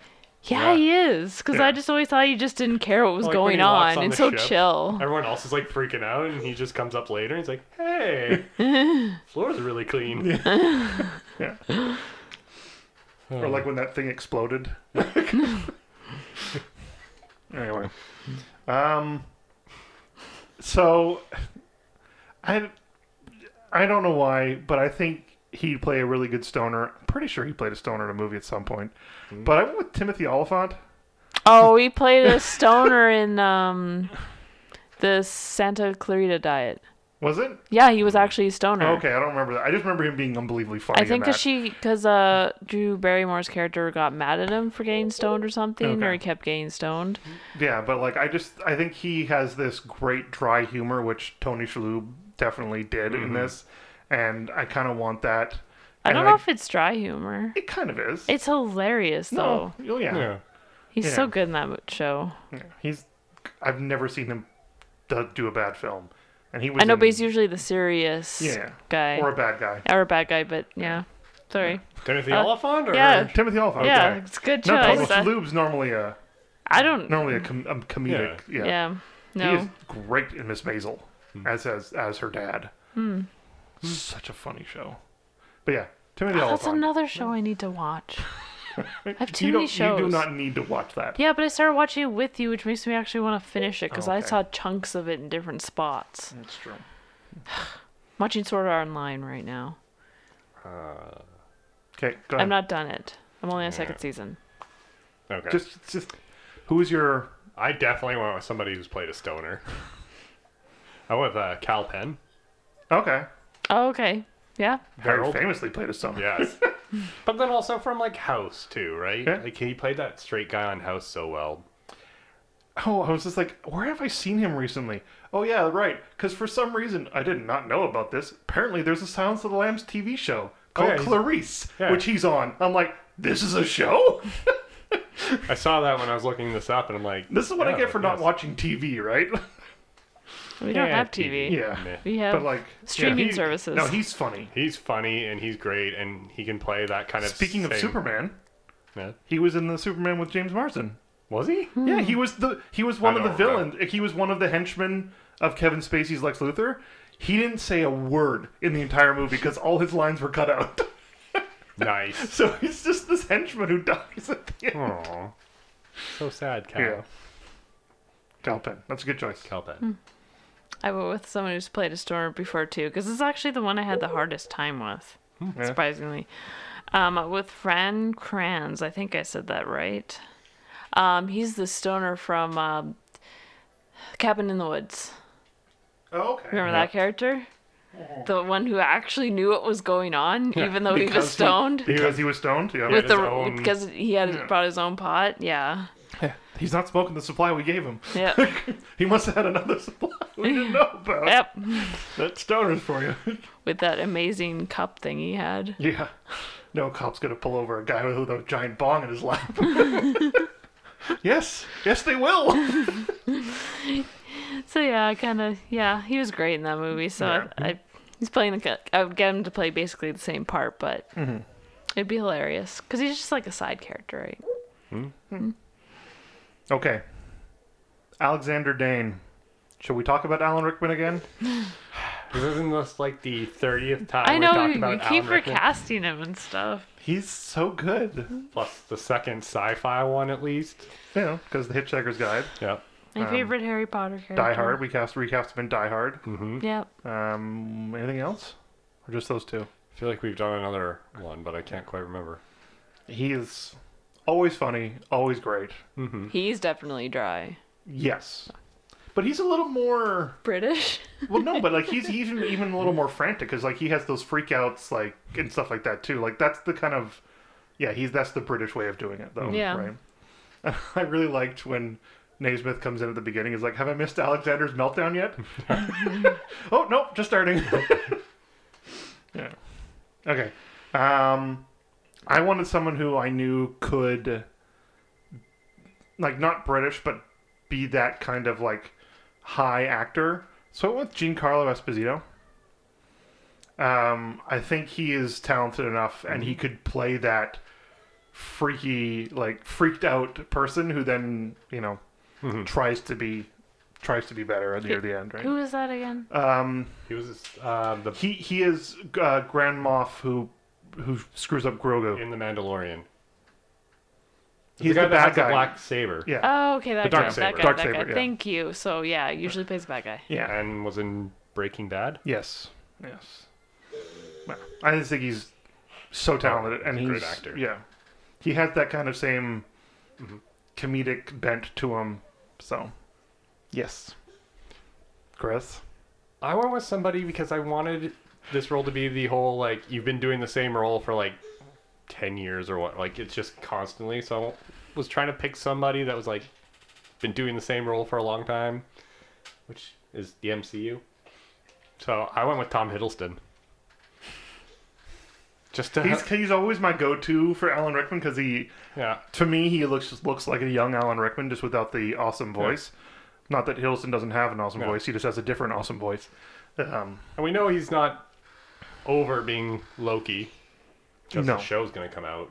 [SPEAKER 1] Yeah.
[SPEAKER 3] yeah, he is. Because
[SPEAKER 2] Yeah.
[SPEAKER 3] I just always thought you just didn't care what was
[SPEAKER 1] Like, when
[SPEAKER 3] going
[SPEAKER 1] he walks on
[SPEAKER 3] on. It's
[SPEAKER 1] the
[SPEAKER 3] so
[SPEAKER 1] ship.
[SPEAKER 3] chill.
[SPEAKER 1] Everyone else is like freaking out and he just comes up later and he's like, Hey floor's really clean.
[SPEAKER 2] Yeah. or like when that thing exploded. [LAUGHS] anyway, um, so I I don't know why, but I think he'd play a really good stoner. I'm pretty sure he played a stoner in a movie at some point. But I went with Timothy Oliphant.
[SPEAKER 3] Oh, he played a stoner in um, the Santa Clarita Diet.
[SPEAKER 2] Was it?
[SPEAKER 3] Yeah, he was actually a stoner.
[SPEAKER 2] Hmm. Okay, I don't remember that. I just remember him being unbelievably funny.
[SPEAKER 3] I think
[SPEAKER 2] in that.
[SPEAKER 3] because she, because uh, Drew Barrymore's character got mad at him for getting stoned or something, or
[SPEAKER 2] Okay.
[SPEAKER 3] he kept getting stoned.
[SPEAKER 2] Yeah, but like I just I think he has this great dry humor which Tony Shalhoub definitely did in this, and I kind of want that.
[SPEAKER 3] I
[SPEAKER 2] And
[SPEAKER 3] don't know if it's dry humor.
[SPEAKER 2] it kind of is.
[SPEAKER 3] It's hilarious though.
[SPEAKER 2] no, oh yeah.
[SPEAKER 1] Yeah.
[SPEAKER 3] He's so
[SPEAKER 2] Yeah.
[SPEAKER 3] good in that mo- show.
[SPEAKER 2] yeah, he's. I've never seen him do, do a bad film, and he was.
[SPEAKER 3] I know,
[SPEAKER 2] in-
[SPEAKER 3] but he's usually the serious
[SPEAKER 2] yeah,
[SPEAKER 3] guy
[SPEAKER 2] or
[SPEAKER 3] or
[SPEAKER 2] a bad guy.
[SPEAKER 3] a, bad guy. But yeah, sorry.
[SPEAKER 1] Timothy
[SPEAKER 3] Uh,
[SPEAKER 1] Oliphant or
[SPEAKER 3] yeah.
[SPEAKER 2] Timothy Oliphant.
[SPEAKER 3] Yeah,
[SPEAKER 2] okay.
[SPEAKER 3] it's a good
[SPEAKER 2] No, Tony
[SPEAKER 3] choice. I-
[SPEAKER 2] Shalhoub's normally a.
[SPEAKER 3] I don't.
[SPEAKER 2] normally a, com- a comedic. Yeah. Hmm.
[SPEAKER 3] Yeah. No.
[SPEAKER 2] He is great in Miss Basil as as as her dad.
[SPEAKER 3] Hmm.
[SPEAKER 2] Such a funny show. But yeah, Timothy
[SPEAKER 3] Oh, that's
[SPEAKER 2] Oliphant.
[SPEAKER 3] another show I need to watch. I
[SPEAKER 2] [LAUGHS]
[SPEAKER 3] have too
[SPEAKER 2] you
[SPEAKER 3] many
[SPEAKER 2] don't, You do
[SPEAKER 3] shows.
[SPEAKER 2] not need to watch that.
[SPEAKER 3] Yeah, but I started watching it with you, which makes me actually want to finish it because I
[SPEAKER 2] Okay.
[SPEAKER 3] saw chunks of it in different spots.
[SPEAKER 2] That's true.
[SPEAKER 3] I'm watching Sword Art Online right now.
[SPEAKER 2] Okay, go ahead.
[SPEAKER 3] I'm not done it. I'm only on the second season.
[SPEAKER 1] Okay.
[SPEAKER 2] just just who's your
[SPEAKER 1] I definitely went with somebody who's played a stoner. I went with uh, Cal Penn.
[SPEAKER 2] okay?
[SPEAKER 3] Oh, okay. Yeah.
[SPEAKER 2] Very
[SPEAKER 1] Harold.
[SPEAKER 2] famously played a song. [LAUGHS]
[SPEAKER 1] Yes. but then also from like House too, right?
[SPEAKER 2] Yeah.
[SPEAKER 1] Like he played that straight guy on House so well.
[SPEAKER 2] Oh, I was just like, where have I seen him recently? Oh yeah, right. Because for some reason I did not know about this. Apparently, there's a Silence of the Lambs TV show
[SPEAKER 1] Oh,
[SPEAKER 2] called
[SPEAKER 1] yeah, he's-
[SPEAKER 2] Clarice,
[SPEAKER 1] yeah.
[SPEAKER 2] which he's on. I'm like, this is a show. [LAUGHS]
[SPEAKER 1] I saw that when I was looking this up, and I'm like,
[SPEAKER 2] This is what I
[SPEAKER 1] yeah,
[SPEAKER 2] get for not
[SPEAKER 1] yes.
[SPEAKER 2] watching TV, right?
[SPEAKER 3] We don't
[SPEAKER 1] Yeah,
[SPEAKER 3] have
[SPEAKER 2] [LAUGHS]
[SPEAKER 3] TV.
[SPEAKER 2] yeah.
[SPEAKER 1] Meh.
[SPEAKER 3] We have
[SPEAKER 2] But like
[SPEAKER 3] streaming
[SPEAKER 2] he-
[SPEAKER 3] services.
[SPEAKER 2] No, he's funny.
[SPEAKER 1] He's funny and he's great, and he can play that kind of.
[SPEAKER 2] Speaking of
[SPEAKER 1] same-
[SPEAKER 2] Superman,
[SPEAKER 1] Yeah.
[SPEAKER 2] he was in the Superman with James Marsden.
[SPEAKER 1] was
[SPEAKER 2] [LAUGHS]
[SPEAKER 1] he?
[SPEAKER 2] Yeah, he was the he was one of the
[SPEAKER 1] don't remember.
[SPEAKER 2] villains. He was one of the henchmen of Kevin Spacey's Lex Luthor. He didn't say a word in the entire movie because all his lines were cut out. [LAUGHS]
[SPEAKER 1] Nice.
[SPEAKER 2] so he's just this henchman who [LAUGHS] dies at the
[SPEAKER 1] Oh,
[SPEAKER 2] end.
[SPEAKER 1] Aw. so sad, Cal.
[SPEAKER 2] Yeah. Calpin. That's a good choice.
[SPEAKER 1] Cal
[SPEAKER 3] Hmm.
[SPEAKER 1] Penn.
[SPEAKER 3] I went with someone who's played a stoner before too, because it's actually the one I had the hardest time with,
[SPEAKER 2] Hmm. Yeah.
[SPEAKER 3] surprisingly. Um, with Fran Kranz, I think I said that right. Um, he's the stoner from um Cabin in the Woods.
[SPEAKER 2] Oh, okay.
[SPEAKER 3] Remember that character? The one who actually knew what was going on, even though he
[SPEAKER 2] Because
[SPEAKER 3] was stoned.
[SPEAKER 2] Because he was stoned. Yeah.
[SPEAKER 3] with
[SPEAKER 1] his
[SPEAKER 3] the
[SPEAKER 1] own-
[SPEAKER 3] because he had brought his own pot. Yeah,
[SPEAKER 2] He's not smoking the supply we gave him.
[SPEAKER 3] yeah,
[SPEAKER 2] [LAUGHS] He must have had another supply we
[SPEAKER 3] [LAUGHS]
[SPEAKER 2] didn't know about.
[SPEAKER 3] yep.
[SPEAKER 2] That's stoners for you.
[SPEAKER 3] With that amazing cup thing he had.
[SPEAKER 2] Yeah. No cop's gonna pull over a guy with a giant bong in his lap. yes. Yes they will.
[SPEAKER 3] So yeah, I kind of yeah, he was great in that movie. So I, I he's playing the ca- I would get him to play basically the same part, but it'd be hilarious because he's just like a side character, right?
[SPEAKER 2] Okay. Alexander Dane. Shall we talk about Alan Rickman again?
[SPEAKER 1] This isn't this like the thirtieth time
[SPEAKER 3] I know
[SPEAKER 1] we talked
[SPEAKER 3] you,
[SPEAKER 1] about
[SPEAKER 3] you keep
[SPEAKER 1] Alan Rickman?
[SPEAKER 3] recasting him and stuff.
[SPEAKER 2] He's so good.
[SPEAKER 1] Plus the second sci-fi one at least.
[SPEAKER 2] You know, because the Hitchhiker's Guide,
[SPEAKER 1] Yep.
[SPEAKER 3] My favorite Harry Potter character.
[SPEAKER 2] Die Hard. We cast recast him in Die Hard.
[SPEAKER 3] Yep.
[SPEAKER 2] Um, anything else, or just those two?
[SPEAKER 1] I feel like we've done another one, but I can't quite remember.
[SPEAKER 2] He is always funny, always great.
[SPEAKER 3] He's definitely dry.
[SPEAKER 2] Yes, but he's a little more.
[SPEAKER 3] British.
[SPEAKER 2] Well, no, but like he's even even a little more frantic because like he has those freakouts like and stuff like that too. Like that's the kind of yeah he's that's the British way of doing it though.
[SPEAKER 3] Yeah.
[SPEAKER 2] Right. [LAUGHS] I really liked when Naismith comes in at the beginning. Is like, have I missed Alexander's meltdown yet? [LAUGHS] oh nope, just starting. yeah. Okay. Um, I wanted someone who I knew could like not British, but be that kind of like high actor. So I went with Giancarlo Esposito. Um, I think he is talented enough, and he could play that freaky, like freaked out person who then you know tries to be tries to be better near the end, right?
[SPEAKER 3] Who is that again?
[SPEAKER 2] Um,
[SPEAKER 1] He was um, the
[SPEAKER 2] he he is uh, Grand Moff who who screws up Grogu.
[SPEAKER 1] in the Mandalorian.
[SPEAKER 2] He's
[SPEAKER 1] guy
[SPEAKER 2] the
[SPEAKER 1] that
[SPEAKER 2] bad
[SPEAKER 1] has the
[SPEAKER 2] guy.
[SPEAKER 1] black saber.
[SPEAKER 2] Yeah.
[SPEAKER 3] Oh, okay, that
[SPEAKER 1] dark
[SPEAKER 3] guy,
[SPEAKER 1] saber.
[SPEAKER 3] that guy,
[SPEAKER 2] Dark
[SPEAKER 3] that
[SPEAKER 2] saber,
[SPEAKER 3] guy.
[SPEAKER 2] yeah.
[SPEAKER 3] Thank you. So yeah, usually plays the bad guy.
[SPEAKER 2] yeah.
[SPEAKER 1] And was in Breaking Bad.
[SPEAKER 2] Yes. Yes. Well, I just think he's so talented, and
[SPEAKER 1] he's
[SPEAKER 2] he's
[SPEAKER 1] a great actor.
[SPEAKER 2] Yeah, he has that kind of same comedic bent to him. So, yes. Chris.
[SPEAKER 1] I went with somebody because I wanted this role to be the whole like you've been doing the same role for like ten years or what. Like it's just constantly. So I was trying to pick somebody that was like been doing the same role for a long time, which is the MCU. So I went with Tom Hiddleston. Just to
[SPEAKER 2] He's he's always my go-to for Alan Rickman because he,
[SPEAKER 1] yeah.
[SPEAKER 2] to me, he looks just looks like a young Alan Rickman just without the awesome voice. Not that Hiddleston doesn't have an awesome
[SPEAKER 1] Yeah.
[SPEAKER 2] voice; he just has a different awesome voice. Um,
[SPEAKER 1] And we know he's not over being Loki. Because
[SPEAKER 2] No.
[SPEAKER 1] the show's going to come out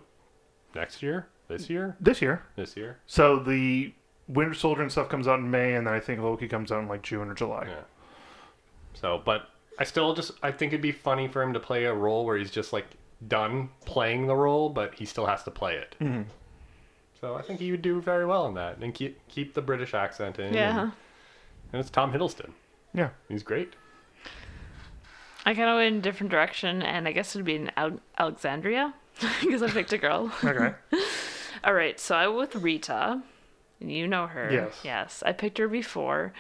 [SPEAKER 1] next year? This year?
[SPEAKER 2] this year,
[SPEAKER 1] This year?
[SPEAKER 2] So the Winter Soldier and stuff comes out in May, and then I think Loki comes out in like June or July.
[SPEAKER 1] Yeah. So, but I still just I think it'd be funny for him to play a role where he's just like done playing the role, but he still has to play it.
[SPEAKER 2] Mm-hmm.
[SPEAKER 1] So I think he would do very well in that, and keep keep the British accent in.
[SPEAKER 3] Yeah.
[SPEAKER 1] and, and it's Tom Hiddleston.
[SPEAKER 2] Yeah.
[SPEAKER 1] He's great.
[SPEAKER 3] I kind of went in a different direction, and I guess it'd be in Al- Alexandria [LAUGHS] because I picked a girl.
[SPEAKER 2] [LAUGHS] Okay.
[SPEAKER 3] All right, so I went with Rita. You know her.
[SPEAKER 2] Yes.
[SPEAKER 3] Yes, I picked her before.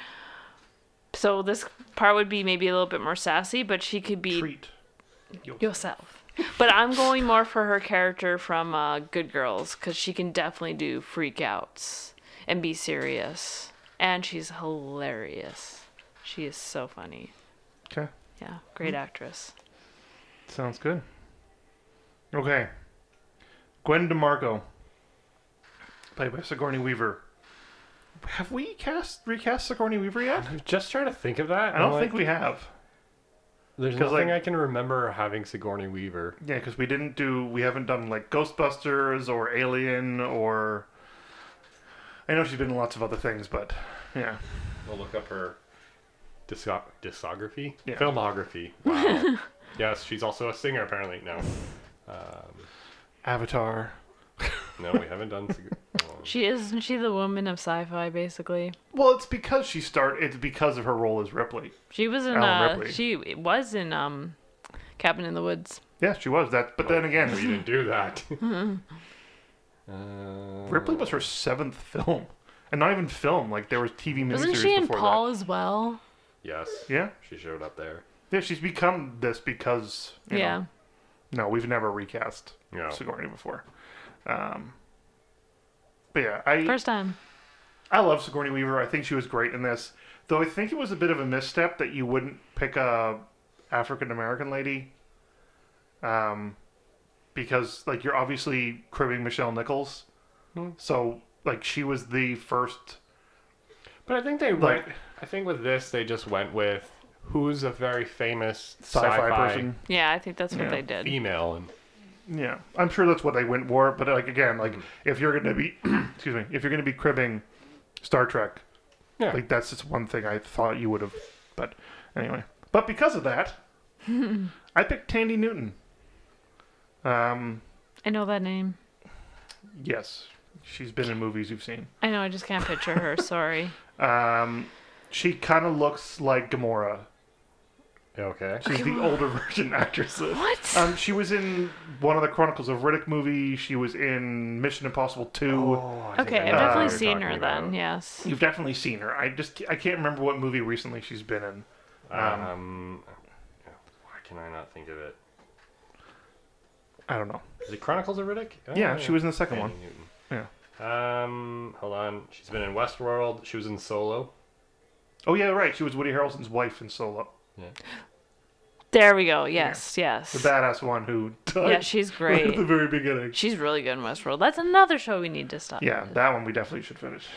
[SPEAKER 3] So this part would be maybe a little bit more sassy, but she could be
[SPEAKER 2] Treat.
[SPEAKER 3] yourself. But I'm going more for her character from uh, Good Girls because she can definitely do freakouts and be serious, and she's hilarious. She is so funny.
[SPEAKER 2] Okay.
[SPEAKER 3] Yeah, great
[SPEAKER 2] Mm-hmm.
[SPEAKER 3] actress.
[SPEAKER 2] Sounds good. Okay. Gwen DeMarco, played by Sigourney Weaver. Have we cast recast Sigourney Weaver yet?
[SPEAKER 1] I'm just trying to think of that.
[SPEAKER 2] I don't think we have.
[SPEAKER 1] There's
[SPEAKER 2] 'cause,
[SPEAKER 1] nothing
[SPEAKER 2] like-
[SPEAKER 1] I can remember having Sigourney Weaver.
[SPEAKER 2] Yeah, because we didn't do. We haven't done like Ghostbusters or Alien or. I know she's been in lots of other things, but yeah,
[SPEAKER 1] We'll look up her disco- discography, [LAUGHS]
[SPEAKER 2] Yeah.
[SPEAKER 1] filmography. Wow. yes, she's also a singer apparently. No,
[SPEAKER 2] Avatar.
[SPEAKER 1] no, we haven't done. Sig- oh. [LAUGHS]
[SPEAKER 3] She is, isn't she the woman of sci-fi basically?
[SPEAKER 2] Well, it's because she start. It's because of her role as Ripley.
[SPEAKER 3] She was in.
[SPEAKER 2] Ellen
[SPEAKER 3] Uh,
[SPEAKER 2] Ripley.
[SPEAKER 3] she was in um, Cabin in the Woods.
[SPEAKER 2] Yeah, she was that. But then again,
[SPEAKER 1] we didn't do that. [LAUGHS] Uh,
[SPEAKER 2] Ripley was her seventh film, and not even film. Like there was TV miniseries
[SPEAKER 3] Wasn't she in
[SPEAKER 2] before
[SPEAKER 3] Paul as well?
[SPEAKER 1] Yes.
[SPEAKER 2] that. Yeah,
[SPEAKER 1] She showed up there.
[SPEAKER 2] yeah. She's become this because. you know,
[SPEAKER 3] yeah.
[SPEAKER 2] no, we've never recast
[SPEAKER 1] No.
[SPEAKER 2] Sigourney before. Um, but yeah, I
[SPEAKER 3] First time.
[SPEAKER 2] I love Sigourney Weaver. I think she was great in this, though. I think it was a bit of a misstep that you wouldn't pick a African American lady, um, because like you're obviously cribbing Michelle Nichols, so like she was the first.
[SPEAKER 1] But I think they
[SPEAKER 2] Like-
[SPEAKER 1] went. I think with this, they just went with who's a very famous
[SPEAKER 2] Sci-fi,
[SPEAKER 1] sci-fi,
[SPEAKER 2] person.
[SPEAKER 3] Yeah, I think that's what
[SPEAKER 2] Yeah.
[SPEAKER 3] they did.
[SPEAKER 1] female, and
[SPEAKER 2] Yeah, I'm sure that's what they went for. But like again, like
[SPEAKER 1] Mm-hmm.
[SPEAKER 2] if you're gonna be, [CLEARS THROAT] excuse me, if you're gonna be cribbing Star Trek,
[SPEAKER 1] yeah,
[SPEAKER 2] Like that's just one thing I thought you would have, but anyway. But because
[SPEAKER 1] [LAUGHS]
[SPEAKER 2] of that, I picked Tandy Newton. Um,
[SPEAKER 3] I know that name.
[SPEAKER 2] yes, she's been in movies you've seen.
[SPEAKER 3] I know. I just can't
[SPEAKER 2] [LAUGHS]
[SPEAKER 3] picture her. Sorry.
[SPEAKER 2] Um, she kind of looks like Gamora.
[SPEAKER 1] okay.
[SPEAKER 2] She's the older [LAUGHS] version actress.
[SPEAKER 3] What?
[SPEAKER 2] Um, she was in one of the Chronicles of Riddick movie. She was in Mission Impossible Two.
[SPEAKER 1] Oh, I think
[SPEAKER 3] okay,
[SPEAKER 1] I
[SPEAKER 3] I've
[SPEAKER 1] know what
[SPEAKER 3] definitely
[SPEAKER 1] you're
[SPEAKER 3] seen her
[SPEAKER 1] talking
[SPEAKER 3] then.
[SPEAKER 1] about.
[SPEAKER 3] Yes.
[SPEAKER 2] You've definitely seen her. I just I can't remember what movie recently she's been in. Um,
[SPEAKER 1] Um, why can I not think of it?
[SPEAKER 2] I don't know.
[SPEAKER 1] Is it Chronicles of Riddick? Oh,
[SPEAKER 2] Yeah, she was in the second
[SPEAKER 1] Fanny
[SPEAKER 2] one.
[SPEAKER 1] Newton.
[SPEAKER 2] Yeah.
[SPEAKER 1] Um, hold on. She's been in Westworld. She was in Solo.
[SPEAKER 2] Oh yeah, right. She was Woody Harrelson's wife in Solo.
[SPEAKER 3] There we go. Yes.
[SPEAKER 2] the
[SPEAKER 3] Yes.
[SPEAKER 2] badass one who [LAUGHS] died
[SPEAKER 3] Yeah, she's
[SPEAKER 2] at the [LAUGHS]
[SPEAKER 3] great.
[SPEAKER 2] very beginning.
[SPEAKER 3] She's really good in Westworld. That's another show we need to stop.
[SPEAKER 2] Yeah, that one we definitely should finish.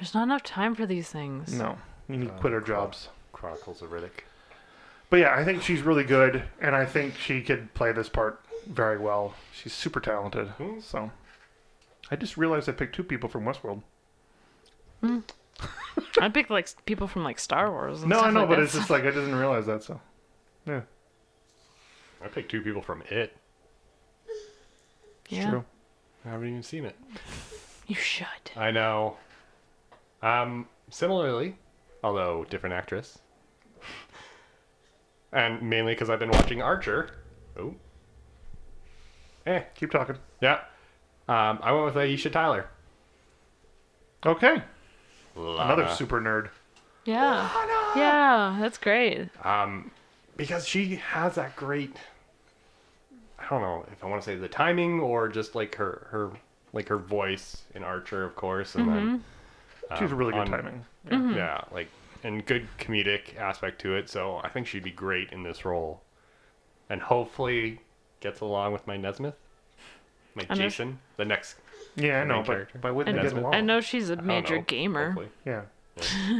[SPEAKER 3] There's not enough time for these things.
[SPEAKER 2] No, we need to quit our jobs.
[SPEAKER 1] Chronicles of Riddick.
[SPEAKER 2] But yeah, I think she's really good, and I think she could play this part very well. She's super talented.
[SPEAKER 1] Hmm.
[SPEAKER 2] So, I just realized I picked two people from Westworld.
[SPEAKER 3] I picked like s- people from like Star Wars. And
[SPEAKER 2] No, I
[SPEAKER 3] stuff
[SPEAKER 2] know,
[SPEAKER 3] like
[SPEAKER 2] but
[SPEAKER 3] that.
[SPEAKER 2] it's just like I didn't realize that. So, yeah,
[SPEAKER 1] I picked two people from It.
[SPEAKER 2] it's
[SPEAKER 3] [LAUGHS] Yeah.
[SPEAKER 2] true.
[SPEAKER 1] I haven't even seen it.
[SPEAKER 3] You should.
[SPEAKER 1] I know. Um, similarly, although different actress, [LAUGHS] and mainly because I've been watching Archer. Oh, eh,
[SPEAKER 2] Keep talking.
[SPEAKER 1] yeah. Um, I went with Aisha Tyler.
[SPEAKER 2] Okay, another
[SPEAKER 1] Lana.
[SPEAKER 2] super nerd.
[SPEAKER 3] Yeah. Yeah, that's great.
[SPEAKER 1] um, because she has that great. I don't know if I want to say the timing or just like her her like her voice in Archer, of course, and then
[SPEAKER 2] She has
[SPEAKER 1] um,
[SPEAKER 2] really good
[SPEAKER 1] on-
[SPEAKER 2] timing.
[SPEAKER 3] Mm-hmm.
[SPEAKER 1] Yeah, like and good comedic aspect to it. So I think she'd be great in this role, and hopefully gets along with my Nesmith, my
[SPEAKER 3] I'm just-
[SPEAKER 1] Jason, the next
[SPEAKER 2] Yeah, I know,
[SPEAKER 1] character.
[SPEAKER 2] but by wouldn't they
[SPEAKER 1] And
[SPEAKER 2] get
[SPEAKER 1] that's-
[SPEAKER 2] along?
[SPEAKER 3] I know she's a
[SPEAKER 1] I don't
[SPEAKER 3] major
[SPEAKER 1] know,
[SPEAKER 3] gamer.
[SPEAKER 1] hopefully.
[SPEAKER 2] Yeah.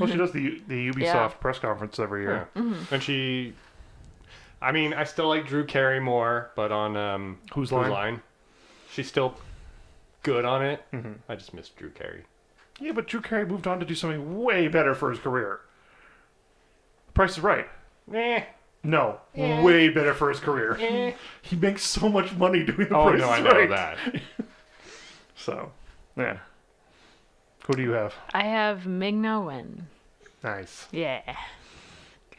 [SPEAKER 2] Well, she does the
[SPEAKER 3] [LAUGHS]
[SPEAKER 2] the Ubisoft press conference every
[SPEAKER 1] Yeah,
[SPEAKER 2] year.
[SPEAKER 3] Mm-hmm.
[SPEAKER 1] and she. I mean, I still like Drew Carey more, but on um,
[SPEAKER 2] Whose
[SPEAKER 1] Whose
[SPEAKER 2] Line?
[SPEAKER 1] She's still good on it. I just miss Drew Carey.
[SPEAKER 2] Yeah, but Drew Carey moved on to do something way better for his career. Price is Right.
[SPEAKER 1] Eh.
[SPEAKER 2] No, way better for his career. [LAUGHS] he makes so much money doing the
[SPEAKER 1] Oh
[SPEAKER 2] Price
[SPEAKER 1] no, I
[SPEAKER 2] is
[SPEAKER 1] know
[SPEAKER 2] Right.
[SPEAKER 1] that.
[SPEAKER 2] So, yeah. Who do you have?
[SPEAKER 3] I have Ming Na Wen.
[SPEAKER 2] Nice.
[SPEAKER 3] Yeah.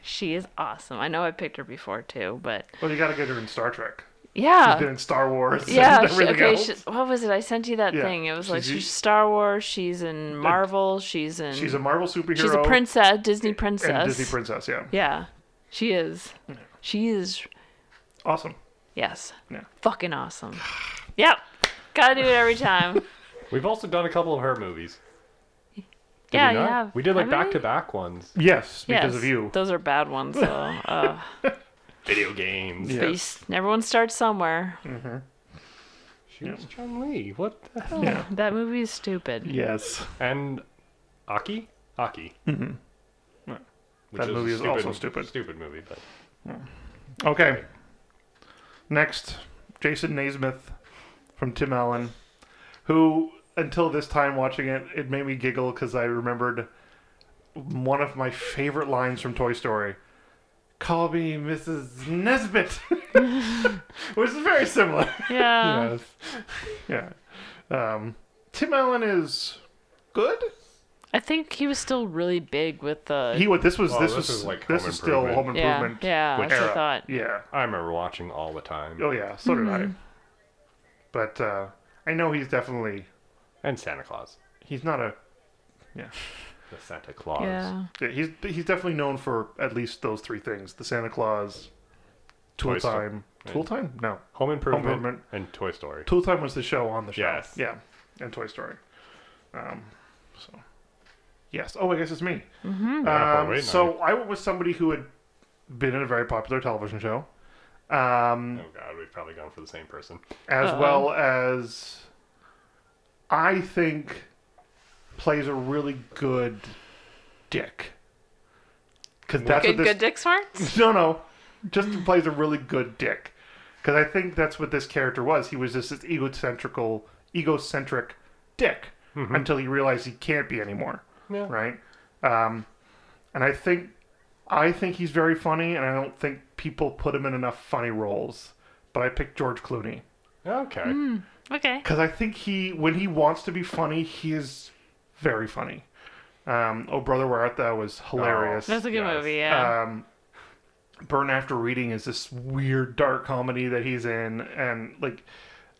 [SPEAKER 3] She is awesome. I know I picked her before too, but
[SPEAKER 2] Well, you got to get her in Star Trek. [LAUGHS] She's been
[SPEAKER 3] yeah.
[SPEAKER 2] in Star Wars. [LAUGHS]
[SPEAKER 3] Yeah,
[SPEAKER 2] And
[SPEAKER 3] she,
[SPEAKER 2] everything
[SPEAKER 3] okay.
[SPEAKER 2] else.
[SPEAKER 3] She, what was it? I sent you that
[SPEAKER 2] Yeah,
[SPEAKER 3] thing. It was like
[SPEAKER 2] she's-
[SPEAKER 3] she's Star Wars. She's in Marvel. She's in.
[SPEAKER 2] She's a Marvel superhero.
[SPEAKER 3] she's a princess, Disney princess.
[SPEAKER 2] And Disney princess. Yeah.
[SPEAKER 3] Yeah, she is. She is.
[SPEAKER 2] Awesome.
[SPEAKER 3] Yes.
[SPEAKER 2] Yeah.
[SPEAKER 3] Fucking awesome. [SIGHS] yep. Gotta do it
[SPEAKER 2] [LAUGHS]
[SPEAKER 3] every time.
[SPEAKER 1] We've also done a couple of her movies. Did
[SPEAKER 3] yeah,
[SPEAKER 1] we
[SPEAKER 3] you
[SPEAKER 1] not?
[SPEAKER 3] have.
[SPEAKER 1] We did like
[SPEAKER 3] haven't we?
[SPEAKER 1] back to back ones.
[SPEAKER 2] Yes, because
[SPEAKER 3] Yes,
[SPEAKER 2] of you.
[SPEAKER 3] Those are bad ones
[SPEAKER 2] [LAUGHS]
[SPEAKER 3] though. Uh,
[SPEAKER 1] Video games.
[SPEAKER 2] Yeah.
[SPEAKER 3] but you s- everyone starts somewhere.
[SPEAKER 1] She was Chun Li. What the hell?
[SPEAKER 2] Yeah.
[SPEAKER 3] That movie is
[SPEAKER 2] [LAUGHS]
[SPEAKER 3] stupid.
[SPEAKER 2] Yes.
[SPEAKER 1] And Aki? Aki. Mm-hmm.
[SPEAKER 2] Right. That movie is also stupid.
[SPEAKER 1] Stupid movie, but
[SPEAKER 2] Okay. Next, Jason Naismith from Tim Allen, who until this time watching it, it made me giggle because I remembered one of my favorite lines from Toy Story. Call me Mrs. Nesbit, [LAUGHS] which is very similar.
[SPEAKER 3] Yeah.
[SPEAKER 2] Yeah. Um, Tim Allen is good.
[SPEAKER 3] I think he was still really big with the.
[SPEAKER 2] He what this was
[SPEAKER 1] Oh,
[SPEAKER 2] this,
[SPEAKER 1] this
[SPEAKER 2] was
[SPEAKER 1] is like
[SPEAKER 2] this
[SPEAKER 1] Home
[SPEAKER 2] is still
[SPEAKER 1] Improvement.
[SPEAKER 2] Home
[SPEAKER 3] yeah,
[SPEAKER 2] Improvement.
[SPEAKER 3] yeah.
[SPEAKER 1] Which
[SPEAKER 3] That's what I
[SPEAKER 2] era.
[SPEAKER 3] thought.
[SPEAKER 2] yeah.
[SPEAKER 1] I remember watching all the time.
[SPEAKER 2] Oh yeah, so did I. But uh, I know he's definitely
[SPEAKER 1] And Santa Claus.
[SPEAKER 2] he's not a
[SPEAKER 1] The Santa Claus.
[SPEAKER 3] Yeah.
[SPEAKER 2] he's he's definitely known for at least those three things: the Santa Claus, Tool
[SPEAKER 1] Toy Sto-
[SPEAKER 2] Time, Tool Time. No,
[SPEAKER 1] Home Improvement,
[SPEAKER 2] Improvement.
[SPEAKER 1] and Toy Story.
[SPEAKER 2] Tool Time was the show on the show.
[SPEAKER 1] Yes.
[SPEAKER 2] Yeah, and Toy Story. Um, so yes. Oh, I guess it's me. Mm-hmm.
[SPEAKER 1] Yeah, Oh, wait, no.
[SPEAKER 2] so I went with somebody who had been in a very popular television show. Um,
[SPEAKER 1] Oh god, we've probably gone for the same person.
[SPEAKER 2] as
[SPEAKER 3] Uh-oh.
[SPEAKER 2] well as I think plays a really good dick. Because that's
[SPEAKER 3] Good,
[SPEAKER 2] what
[SPEAKER 3] good
[SPEAKER 2] this
[SPEAKER 3] dick
[SPEAKER 2] [LAUGHS]
[SPEAKER 3] smarts.
[SPEAKER 2] no no, just plays a really good dick. Because I think that's what this character was. He was just this egocentrical, egocentric dick until he realized he can't be anymore
[SPEAKER 1] Yeah.
[SPEAKER 2] right? Um, and I think I think he's very funny, and I don't think people put him in enough funny roles. But I picked George Clooney
[SPEAKER 1] Okay.
[SPEAKER 3] Okay.
[SPEAKER 2] because I think he, when he wants to be funny, he is very funny. Um, oh brother, where art thou was hilarious.
[SPEAKER 3] That's a good
[SPEAKER 1] Yes.
[SPEAKER 3] movie. Yeah.
[SPEAKER 2] um, Burn After Reading is this weird dark comedy that he's in, and like,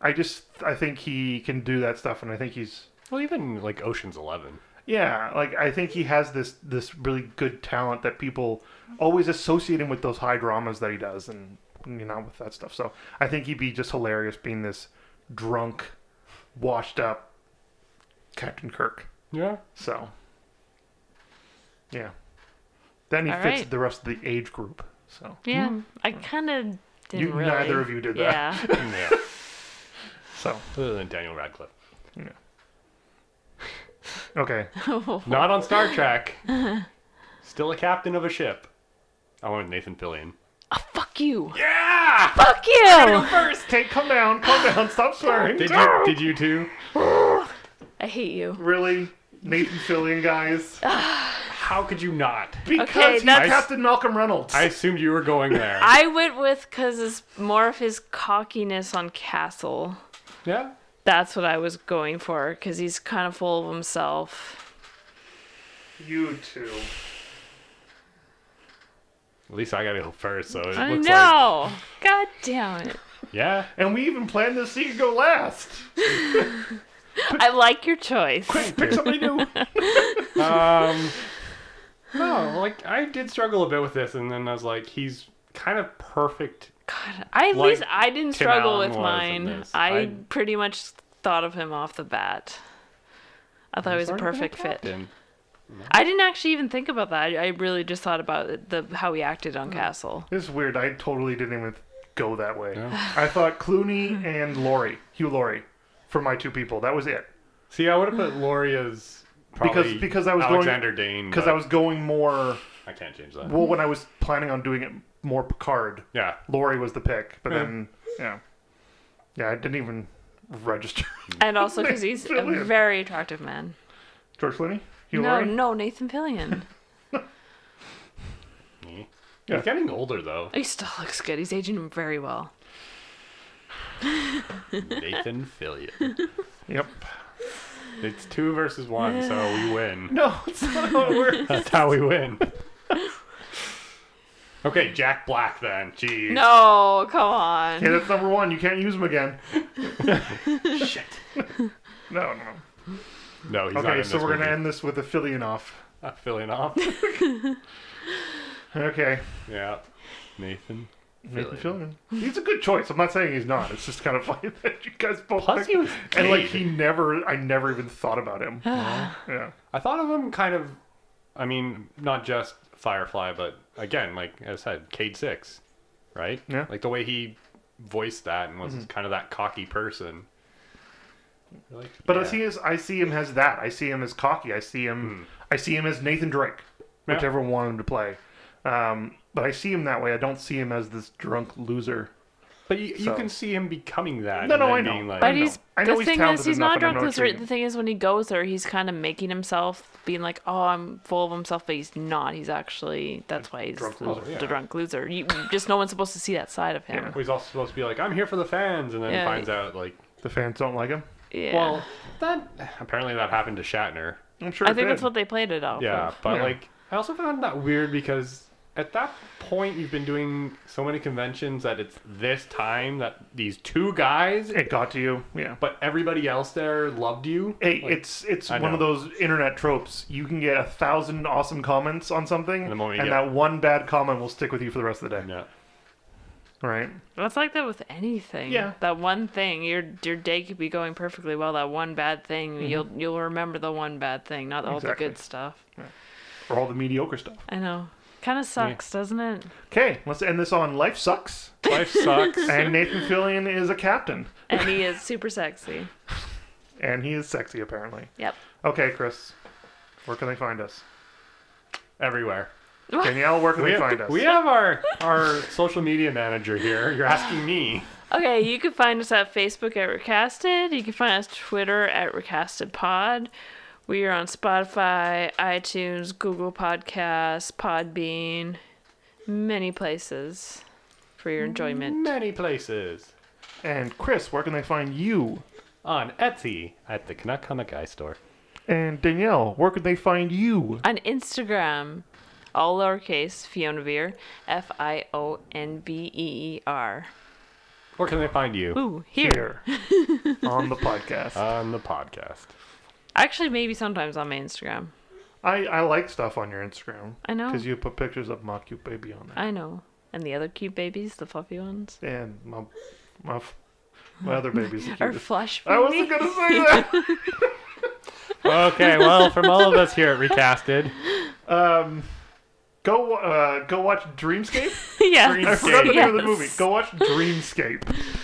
[SPEAKER 2] I just I think he can do that stuff, and I think he's
[SPEAKER 1] Well, even like Ocean's Eleven.
[SPEAKER 2] Yeah, like I think he has this this really good talent that people always associate him with those high dramas that he does, and you know with that stuff. So I think he'd be just hilarious being this drunk, washed up Captain Kirk.
[SPEAKER 1] Yeah.
[SPEAKER 2] So yeah, then he
[SPEAKER 3] All
[SPEAKER 2] fits
[SPEAKER 3] right.
[SPEAKER 2] the rest of the age group. So
[SPEAKER 3] yeah. I kind of didn't
[SPEAKER 2] you
[SPEAKER 3] really.
[SPEAKER 2] neither of you did that.
[SPEAKER 3] Yeah.
[SPEAKER 2] [LAUGHS]
[SPEAKER 1] yeah.
[SPEAKER 2] So
[SPEAKER 1] Other than Daniel Radcliffe.
[SPEAKER 3] [LAUGHS]
[SPEAKER 2] okay,
[SPEAKER 1] Not on Star Trek. Still a captain of a ship. I went with Nathan Fillion.
[SPEAKER 3] Oh, Fuck you.
[SPEAKER 1] Yeah!
[SPEAKER 3] Fuck you.
[SPEAKER 2] first, Kate, come down, come down,
[SPEAKER 3] [LAUGHS]
[SPEAKER 2] stop swearing.
[SPEAKER 1] Did you did you too?
[SPEAKER 3] I hate you.
[SPEAKER 2] really, Nathan Fillion guys?
[SPEAKER 1] How could you not?
[SPEAKER 2] Because
[SPEAKER 3] [LAUGHS] Okay,
[SPEAKER 2] he's
[SPEAKER 3] that's-
[SPEAKER 2] Captain Malcolm Reynolds.
[SPEAKER 1] I assumed you were going there.
[SPEAKER 3] I went with because it's more of his cockiness on Castle.
[SPEAKER 1] Yeah.
[SPEAKER 3] That's what I was going for because he's kind of full of himself.
[SPEAKER 2] You two.
[SPEAKER 1] At least I gotta go first, so it
[SPEAKER 3] I
[SPEAKER 1] looks
[SPEAKER 3] know. God damn it.
[SPEAKER 1] like Yeah.
[SPEAKER 2] And we even planned this so you could go last.
[SPEAKER 3] I like your choice.
[SPEAKER 2] Pick somebody
[SPEAKER 3] [LAUGHS]
[SPEAKER 2] new.
[SPEAKER 1] Um No, like I did struggle a bit with this and then I was like, he's kind of perfect.
[SPEAKER 3] God, I at
[SPEAKER 1] Like
[SPEAKER 3] least I didn't
[SPEAKER 1] Tim
[SPEAKER 3] struggle
[SPEAKER 1] Allen was
[SPEAKER 3] with
[SPEAKER 1] in
[SPEAKER 3] mine.
[SPEAKER 1] this.
[SPEAKER 3] I,
[SPEAKER 1] I-
[SPEAKER 3] pretty much thought of him off the bat. I thought he was a perfect fit. I didn't actually even think about that. I, I really just thought about the how he acted
[SPEAKER 1] Oh.
[SPEAKER 3] on Castle.
[SPEAKER 2] This is weird. I totally didn't even go that way.
[SPEAKER 1] Yeah.
[SPEAKER 2] I thought Clooney and Laurie, Hugh Laurie, for my two people. That was it.
[SPEAKER 1] See, I would have put Lori as probably
[SPEAKER 2] because I was going-
[SPEAKER 1] Alexander Dane
[SPEAKER 2] Because
[SPEAKER 1] but
[SPEAKER 2] I was going more.
[SPEAKER 1] I can't change that.
[SPEAKER 2] Well, when I was planning on doing it more Picard,
[SPEAKER 1] Yeah.
[SPEAKER 2] Laurie was the pick. But
[SPEAKER 1] Yeah.
[SPEAKER 2] then, yeah. Yeah, I didn't even register. [LAUGHS]
[SPEAKER 1] [LAUGHS]
[SPEAKER 3] And also because he's a
[SPEAKER 2] Brilliant.
[SPEAKER 3] very attractive man.
[SPEAKER 2] George Clooney? Hugh
[SPEAKER 3] No,
[SPEAKER 2] Laurie?
[SPEAKER 3] no, Nathan Fillion.
[SPEAKER 1] Yeah.
[SPEAKER 2] Yeah.
[SPEAKER 1] He's getting older [LAUGHS] though.
[SPEAKER 3] he still looks good. He's aging very well.
[SPEAKER 1] Nathan Fillion.
[SPEAKER 2] Yep.
[SPEAKER 1] It's two versus one, so we win.
[SPEAKER 2] No, it's not how it
[SPEAKER 1] [LAUGHS]
[SPEAKER 2] works.
[SPEAKER 1] That's how we win. Okay, Jack Black then. Jeez.
[SPEAKER 3] No, come
[SPEAKER 1] [LAUGHS]
[SPEAKER 3] on.
[SPEAKER 2] yeah, that's number one. You can't use him again.
[SPEAKER 1] Shit.
[SPEAKER 2] No, no, no.
[SPEAKER 1] No, he's not
[SPEAKER 2] okay,
[SPEAKER 1] in this
[SPEAKER 2] so we're going to
[SPEAKER 1] movie.
[SPEAKER 2] end this with a Fillion off.
[SPEAKER 1] Uh, Fillion
[SPEAKER 3] [LAUGHS]
[SPEAKER 1] off.
[SPEAKER 2] Okay.
[SPEAKER 1] yeah. Nathan.
[SPEAKER 2] Nathan
[SPEAKER 1] Fillion.
[SPEAKER 2] Fillion. He's a good choice. I'm not saying he's not. It's just kind of [LAUGHS] funny that you guys both.
[SPEAKER 1] Plus
[SPEAKER 2] picked-
[SPEAKER 1] he was
[SPEAKER 2] and like
[SPEAKER 1] gay.
[SPEAKER 2] he never, I never even thought about him. yeah.
[SPEAKER 1] I thought of him kind of, I mean, not just Firefly, but again, like I said, Cade Six, right?
[SPEAKER 2] Yeah. Mm-hmm.
[SPEAKER 1] Like the way he voiced that and was kind of that cocky person. Like,
[SPEAKER 2] But
[SPEAKER 1] yeah. Hmm.
[SPEAKER 2] I see is I see him as that. I see him as cocky. I see him. I see him as Nathan Drake,
[SPEAKER 1] Yeah.
[SPEAKER 2] whichever one him to play. Um, but I see him that way. I don't see him as this drunk loser.
[SPEAKER 1] But you, you
[SPEAKER 2] So-
[SPEAKER 1] can see him becoming that.
[SPEAKER 2] No,
[SPEAKER 1] and
[SPEAKER 2] no,
[SPEAKER 1] then
[SPEAKER 2] I know.
[SPEAKER 1] being like,
[SPEAKER 3] But
[SPEAKER 2] know.
[SPEAKER 3] he's
[SPEAKER 2] I know
[SPEAKER 3] the
[SPEAKER 2] he's
[SPEAKER 3] thing
[SPEAKER 2] talented
[SPEAKER 3] is he's
[SPEAKER 2] enough,
[SPEAKER 3] not
[SPEAKER 2] I don't
[SPEAKER 3] drunk
[SPEAKER 2] know what
[SPEAKER 3] loser.
[SPEAKER 2] you're-
[SPEAKER 3] The thing is when he goes there, he's kind of making himself being like, "Oh, I'm full of himself," but he's not. He's actually that's why he's
[SPEAKER 2] drunk
[SPEAKER 3] the,
[SPEAKER 2] loser,
[SPEAKER 1] yeah.
[SPEAKER 3] the drunk loser. You just no one's supposed to see that side of him.
[SPEAKER 1] he's also supposed to be like, I'm here for the fans, and then
[SPEAKER 3] Yeah.
[SPEAKER 1] finds out like,
[SPEAKER 2] The fans don't like him.
[SPEAKER 3] Yeah.
[SPEAKER 1] well, that apparently that happened to Shatner.
[SPEAKER 2] I'm sure.
[SPEAKER 3] I
[SPEAKER 2] it
[SPEAKER 3] think
[SPEAKER 2] did.
[SPEAKER 3] that's what they played it off.
[SPEAKER 1] Yeah,
[SPEAKER 3] of.
[SPEAKER 1] but
[SPEAKER 2] Yeah.
[SPEAKER 1] like I also found that weird because at that point you've been doing so many conventions that it's this time that these two guys,
[SPEAKER 2] it got to you. Yeah.
[SPEAKER 1] but everybody else there loved you.
[SPEAKER 2] Hey,
[SPEAKER 1] Like,
[SPEAKER 2] it's it's
[SPEAKER 1] I
[SPEAKER 2] one of
[SPEAKER 1] know.
[SPEAKER 2] those internet tropes. You can get a thousand awesome comments on something,
[SPEAKER 1] the moment you
[SPEAKER 2] and
[SPEAKER 1] get-
[SPEAKER 2] that one bad comment will stick with you for the rest of the day.
[SPEAKER 1] yeah.
[SPEAKER 2] Right?
[SPEAKER 3] That's like that with anything.
[SPEAKER 2] Yeah.
[SPEAKER 3] That one thing, your your day could be going perfectly well. That one bad thing, you'll you'll remember the one bad thing, not all
[SPEAKER 2] Mm-hmm. Exactly.
[SPEAKER 3] the good stuff.
[SPEAKER 2] Or all the mediocre stuff.
[SPEAKER 3] I know. Kind of sucks, doesn't it?
[SPEAKER 2] Okay, let's end this on life sucks.
[SPEAKER 1] Life
[SPEAKER 3] [LAUGHS]
[SPEAKER 1] sucks.
[SPEAKER 2] And Nathan Fillion is a captain,
[SPEAKER 3] And he is super sexy.
[SPEAKER 2] and he is sexy apparently.
[SPEAKER 3] Yep.
[SPEAKER 2] Okay, Chris, where can they find us?
[SPEAKER 1] Everywhere.
[SPEAKER 2] Danielle, where can
[SPEAKER 1] We
[SPEAKER 2] they find
[SPEAKER 1] have,
[SPEAKER 2] us?
[SPEAKER 1] we have our our social media manager here. You're asking
[SPEAKER 3] [LAUGHS]
[SPEAKER 1] me.
[SPEAKER 3] Okay, you can find us at Facebook at Recasted. You can find us Twitter at RecastedPod. We are on Spotify, iTunes, Google Podcasts, Podbean, many places for your enjoyment.
[SPEAKER 1] Many places.
[SPEAKER 2] And Chris, where can they find you?
[SPEAKER 1] On Etsy at the Canuck Comic Eye store.
[SPEAKER 2] And Danielle, where can they find you?
[SPEAKER 3] On Instagram, all lowercase, Fiona Veer, F I O N B E E R.
[SPEAKER 1] Where can they find you?
[SPEAKER 3] Ooh, here.
[SPEAKER 2] Here on
[SPEAKER 3] [LAUGHS]
[SPEAKER 2] the podcast.
[SPEAKER 1] On the podcast.
[SPEAKER 3] Actually, maybe sometimes on my Instagram.
[SPEAKER 2] I, I like stuff on your Instagram.
[SPEAKER 3] I know.
[SPEAKER 2] Because you put pictures of my cute baby on there.
[SPEAKER 3] I know. And the other cute babies, the fluffy ones,
[SPEAKER 2] And my my, f- my other baby's the
[SPEAKER 3] are
[SPEAKER 2] cutest.
[SPEAKER 3] flush.
[SPEAKER 2] I wasn't
[SPEAKER 3] baby.
[SPEAKER 2] gonna say
[SPEAKER 3] [LAUGHS]
[SPEAKER 2] that.
[SPEAKER 1] Okay, well, from all of us here at Recasted,
[SPEAKER 2] um, go uh, go watch Dreamscape.
[SPEAKER 3] [LAUGHS] yeah.
[SPEAKER 2] I forgot the name of the
[SPEAKER 3] Yes.
[SPEAKER 2] movie. Go watch Dreamscape.